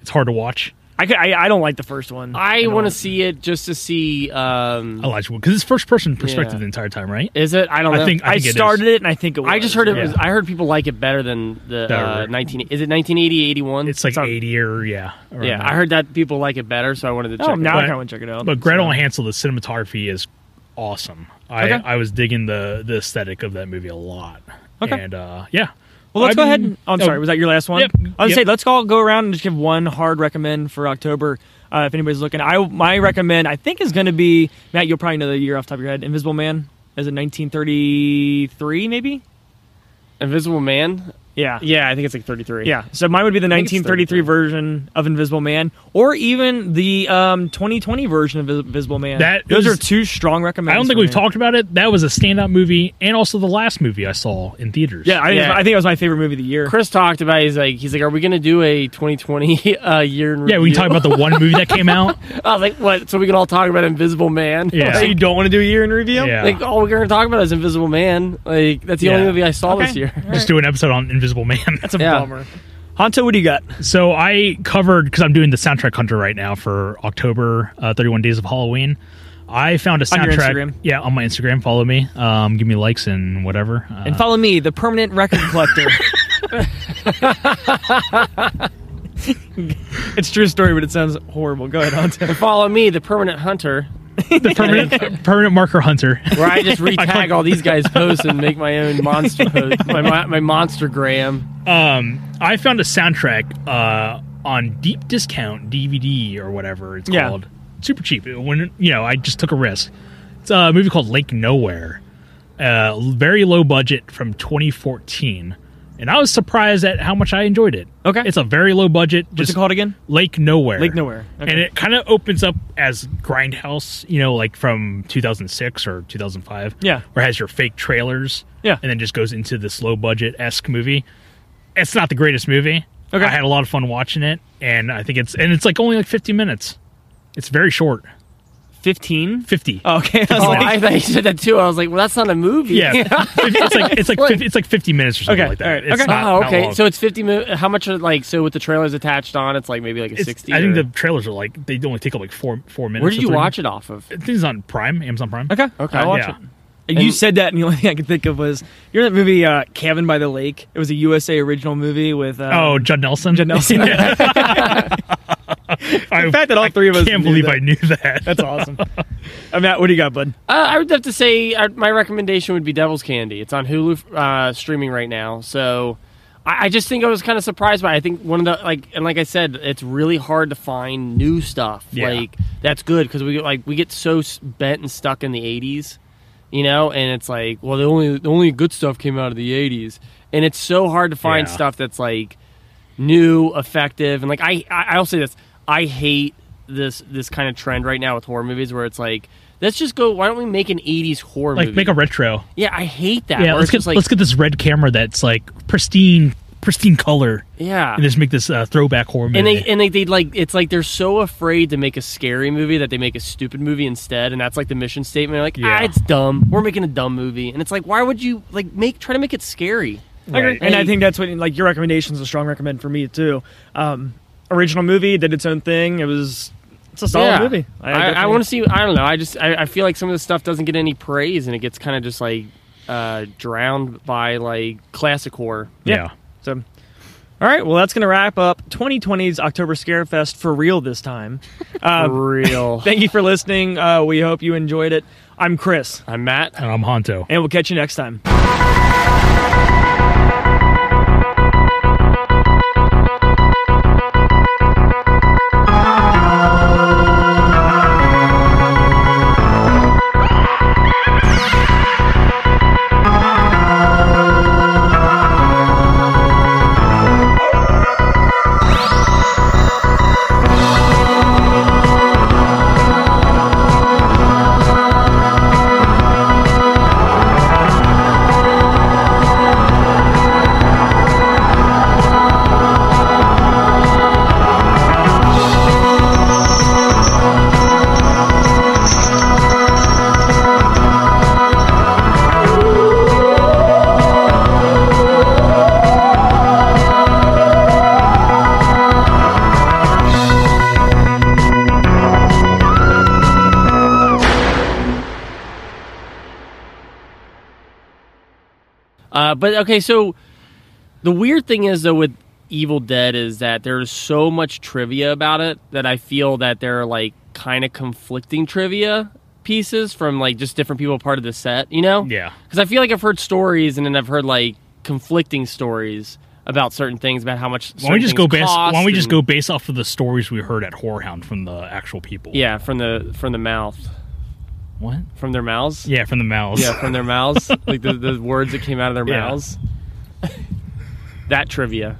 S3: It's hard to watch
S1: I, could, I, I don't like the first one.
S2: I want to see it just to see. Um,
S3: Elijah Wood because it's first person perspective
S2: Yeah.
S3: the entire time, right?
S2: is it? I don't
S3: I
S2: know.
S3: think-
S1: I,
S3: it is.
S1: started it and I think it was.
S2: I just heard it
S3: Yeah.
S2: was. I heard people like it better than the uh,
S3: Better.
S2: nineteen. Is it 1980, 81?
S3: It's like
S1: Some-
S3: eighty or yeah. around
S2: yeah,
S3: there.
S2: I heard that people like it better, so I wanted to check.
S1: Oh,
S2: it
S1: now
S2: out.
S1: I
S3: But-
S1: kind of want to check it out.
S3: But Gretel
S1: So-
S3: and Hansel, the cinematography is awesome. I,
S1: Okay.
S3: I was digging the the aesthetic of that movie a lot.
S1: Okay.
S3: And uh, yeah.
S1: Well, let's go
S3: I've
S1: ahead.
S3: been-
S1: And, oh, I'm
S3: oh,
S1: sorry. Was that your last one?
S3: Yep,
S1: I was
S3: yep.
S1: say let's all go around and just give one hard recommend for October. Uh, if anybody's looking, I my recommend I think is going to be Matt. You'll probably know the year off the top of your head. Invisible Man is it 1933 maybe?
S2: Invisible Man.
S1: Yeah.
S2: Yeah, I think it's like 33.
S1: Yeah, so mine would be the
S2: think it's
S1: 1933
S2: 33.
S1: version of Invisible Man, or even the um, 2020 version of Invis- Invisible Man.
S3: That
S1: Those
S3: is-
S1: are two strong
S3: I
S1: recommendations.
S3: don't think
S1: for
S3: we've
S1: me.
S3: talked about it. That was a standout movie, and also the last movie I saw in theaters.
S1: Yeah, I,
S2: Yeah.
S1: I think it was my favorite movie of the year.
S2: Chris talked about. He's like, he's like, are we gonna do a 2020 uh, year? In
S3: yeah. We
S2: review?
S3: talked about the one movie that came out.
S2: I was like, what? So we can all talk about Invisible Man.
S1: So
S3: Yeah,
S1: you don't want to do a year in review?
S3: yeah.
S2: Like all we're gonna talk about is Invisible Man. Like that's the
S3: Yeah.
S2: only movie I saw
S1: Okay.
S2: this year.
S3: Let's do an episode on Invisible Man.
S1: That's a
S2: Yeah.
S1: bummer. Honto, what do you got?
S3: So I covered because I'm doing the soundtrack hunter right now for October uh, 31 Days of Halloween. I found a
S1: On your
S3: soundtrack.
S1: Instagram?
S3: Yeah, on my Instagram. Follow me. Um, give me likes and whatever. Uh,
S1: And follow me, the permanent record collector. it's a true story, but it sounds horrible. Go ahead, Honto.
S2: And follow me, the permanent hunter,
S3: the permanent permanent marker hunter.
S2: where I just
S3: click-
S2: retag all these guys' posts and make my own monster post, my, my my monster gram.
S3: Um, I found a soundtrack uh, on deep discount DVD or whatever it's
S1: Yeah.
S3: called. Super cheap. When you know, I just took a risk. It's a movie called Lake Nowhere. Uh, very low budget from 2014, and I was surprised at how much I enjoyed it.
S1: Okay.
S3: it's a very low budget.
S1: What's
S3: just
S1: it called again?
S3: Lake Nowhere.
S1: Lake Nowhere. Okay.
S3: And it kind of opens up as Grindhouse, you know, like from 2006 or 2005.
S1: Yeah.
S3: Where it has your fake trailers.
S1: Yeah.
S3: And then just goes into this low budget esque movie. It's not the greatest movie.
S1: Okay.
S3: I had a lot of fun watching it. And I think it's, and it's like only like 50 minutes. It's very short.
S1: 15?
S3: 50.
S1: Oh, okay. I was
S2: Oh,
S1: like-
S2: I thought you said that too. I was like, well, that's not a movie.
S3: yeah. it's like, it's like,
S2: What?
S3: 50, it's like 50 minutes or something
S1: Okay,
S3: like that.
S1: all right,
S3: It's
S1: okay.
S3: not-
S2: Oh,
S3: not
S2: okay.
S3: long.
S2: So it's 50 minutes. How much are like, so with the trailers attached on, it's like maybe like a
S3: It's-
S2: 60.
S3: I
S2: or-
S3: think the trailers are like, they only take up like four, four minutes.
S2: Where did you watch it off of?
S3: I think it's on Prime, Amazon Prime.
S1: Okay.
S2: Okay.
S1: I'll watch
S3: Yeah.
S1: it. You
S2: And-
S1: said that, and the only thing I could think of was you know that movie uh, Cabin by the Lake. It was a USA original movie with uh,
S3: Oh, Judd Nelson.
S1: Judd Nelson.
S3: I,
S1: the fact that all three of us
S3: can't
S1: knew
S3: believe
S1: that.
S3: I knew that.
S1: That's awesome. uh, Matt, what do you got, bud?
S2: Uh, I would have to say uh, my recommendation would be Devil's Candy. It's on Hulu uh, streaming right now. So I, I just think I was kind of surprised by. It. I think one of the like, and like I said, it's really hard to find new stuff.
S3: Yeah.
S2: Like that's good because we get like we get so s- bent and stuck in the '80s, you know. And it's like, well, the only the only good stuff came out of the '80s, and it's so hard to find
S3: Yeah.
S2: stuff that's like new, effective, and like I, I I'll say this, I hate this this kind of trend right now with horror movies where it's like let's just go. Why don't we make an '80s horror
S3: like
S2: movie?
S3: make a retro.
S2: yeah, I hate that.
S3: Yeah,
S2: where
S3: let's
S2: it's
S3: get
S2: just like
S3: let's get this red camera that's like pristine, pristine color,
S2: yeah.
S3: and just make this uh, throwback horror movie.
S2: And they and they, they like it's like they're so afraid to make a scary movie that they make a stupid movie instead, and that's like the mission statement. They're like,
S3: Yeah.
S2: ah, it's dumb. We're making a dumb movie, and it's like, why would you like make try to make it scary?
S3: Right.
S1: And I
S2: Hey.
S1: think that's what like your recommendation's a strong recommend for me too. Um, original movie did its own thing. It was it's a solid movie.
S2: I, I,
S1: definitely-
S2: want to see. I don't know. I just I, I feel like some of the stuff doesn't get any praise, and it gets kind of just like uh, drowned by like classic horror.
S3: yeah.
S1: So, all right, well that's gonna wrap up 2020's October Scare Fest for real this time.
S2: For
S1: Um,
S2: real.
S1: thank you for listening. Uh, we hope you enjoyed it. I'm Chris,
S2: I'm Matt.
S3: And I'm Honto.
S1: and we'll catch you next time.
S2: Yeah, Uh, but okay, so the weird thing is though with Evil Dead is that there's so much trivia about it that I feel that there are like kind of conflicting trivia pieces from like just different people part of the set, you know?
S3: Yeah.
S2: Because I feel like I've heard stories and then I've heard like conflicting stories about certain things about how much.
S3: Why don't we
S2: certain
S3: just go
S2: things
S3: based? Why
S2: cost
S3: don't we just
S2: and-
S3: go based off of the stories we heard at Whorehound from the actual people?
S2: Yeah, from the from the mouth,
S3: What?
S2: from their mouths.
S3: Yeah, from the mouths.
S2: Yeah, from their mouths, like the, the words that came out of their
S3: Yeah.
S2: mouths. that trivia.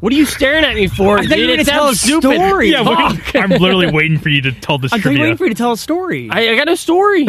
S2: What are you staring at me for?
S1: thought you
S2: dude?
S1: were gonna
S2: It
S1: tell
S2: sounds
S1: a
S2: stupid.
S1: story.
S3: Yeah, what-
S2: Fuck.
S3: I'm literally waiting for you to tell this
S1: I'm
S3: trivia.
S1: waiting for you to tell a story.
S2: I, I got no story.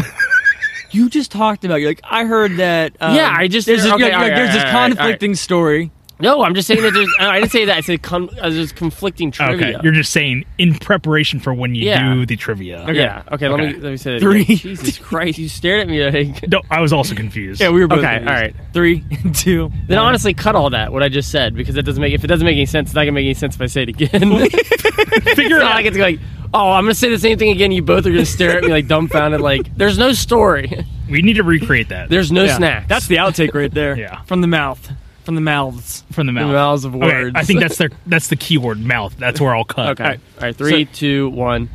S1: you just talked about. You're like, I heard that. Um,
S2: Yeah, I just-
S1: there's this,
S2: okay,
S1: you're like,
S2: all right,
S1: there's this
S2: all right, all right.
S1: conflicting story.
S2: No, I'm just saying that there's. I didn't say that. I said con, uh, there's conflicting
S3: okay,
S2: trivia.
S3: you're just saying in preparation for when you
S2: Yeah.
S3: do the trivia.
S2: Yeah. Okay. Let me
S3: Okay.
S2: let me say that.
S1: Three,
S2: again. Jesus Christ! You stared at me. Like,
S3: No, I was also confused.
S1: Yeah, we were both
S2: Okay,
S1: confused.
S2: all right.
S1: Three, two.
S2: then honestly, cut all that. What I just said because it doesn't make. If it doesn't make any sense, it's not gonna make any sense if I say it again.
S3: figure
S2: It's
S3: it
S2: not
S3: out.
S2: like it's like, oh, I'm gonna say the same thing again. You both are gonna stare at me like dumbfounded. Like, there's no story.
S3: We need to recreate that
S2: There's no
S1: Yeah.
S2: snacks.
S1: That's the outtake right there.
S3: Yeah.
S1: From the mouth. From the mouths.
S3: from the mouth.
S2: mouths of
S3: Okay,
S2: words.
S3: I think that's the that's the keyword mouth. That's where I'll cut.
S2: okay. All right, three, two, one.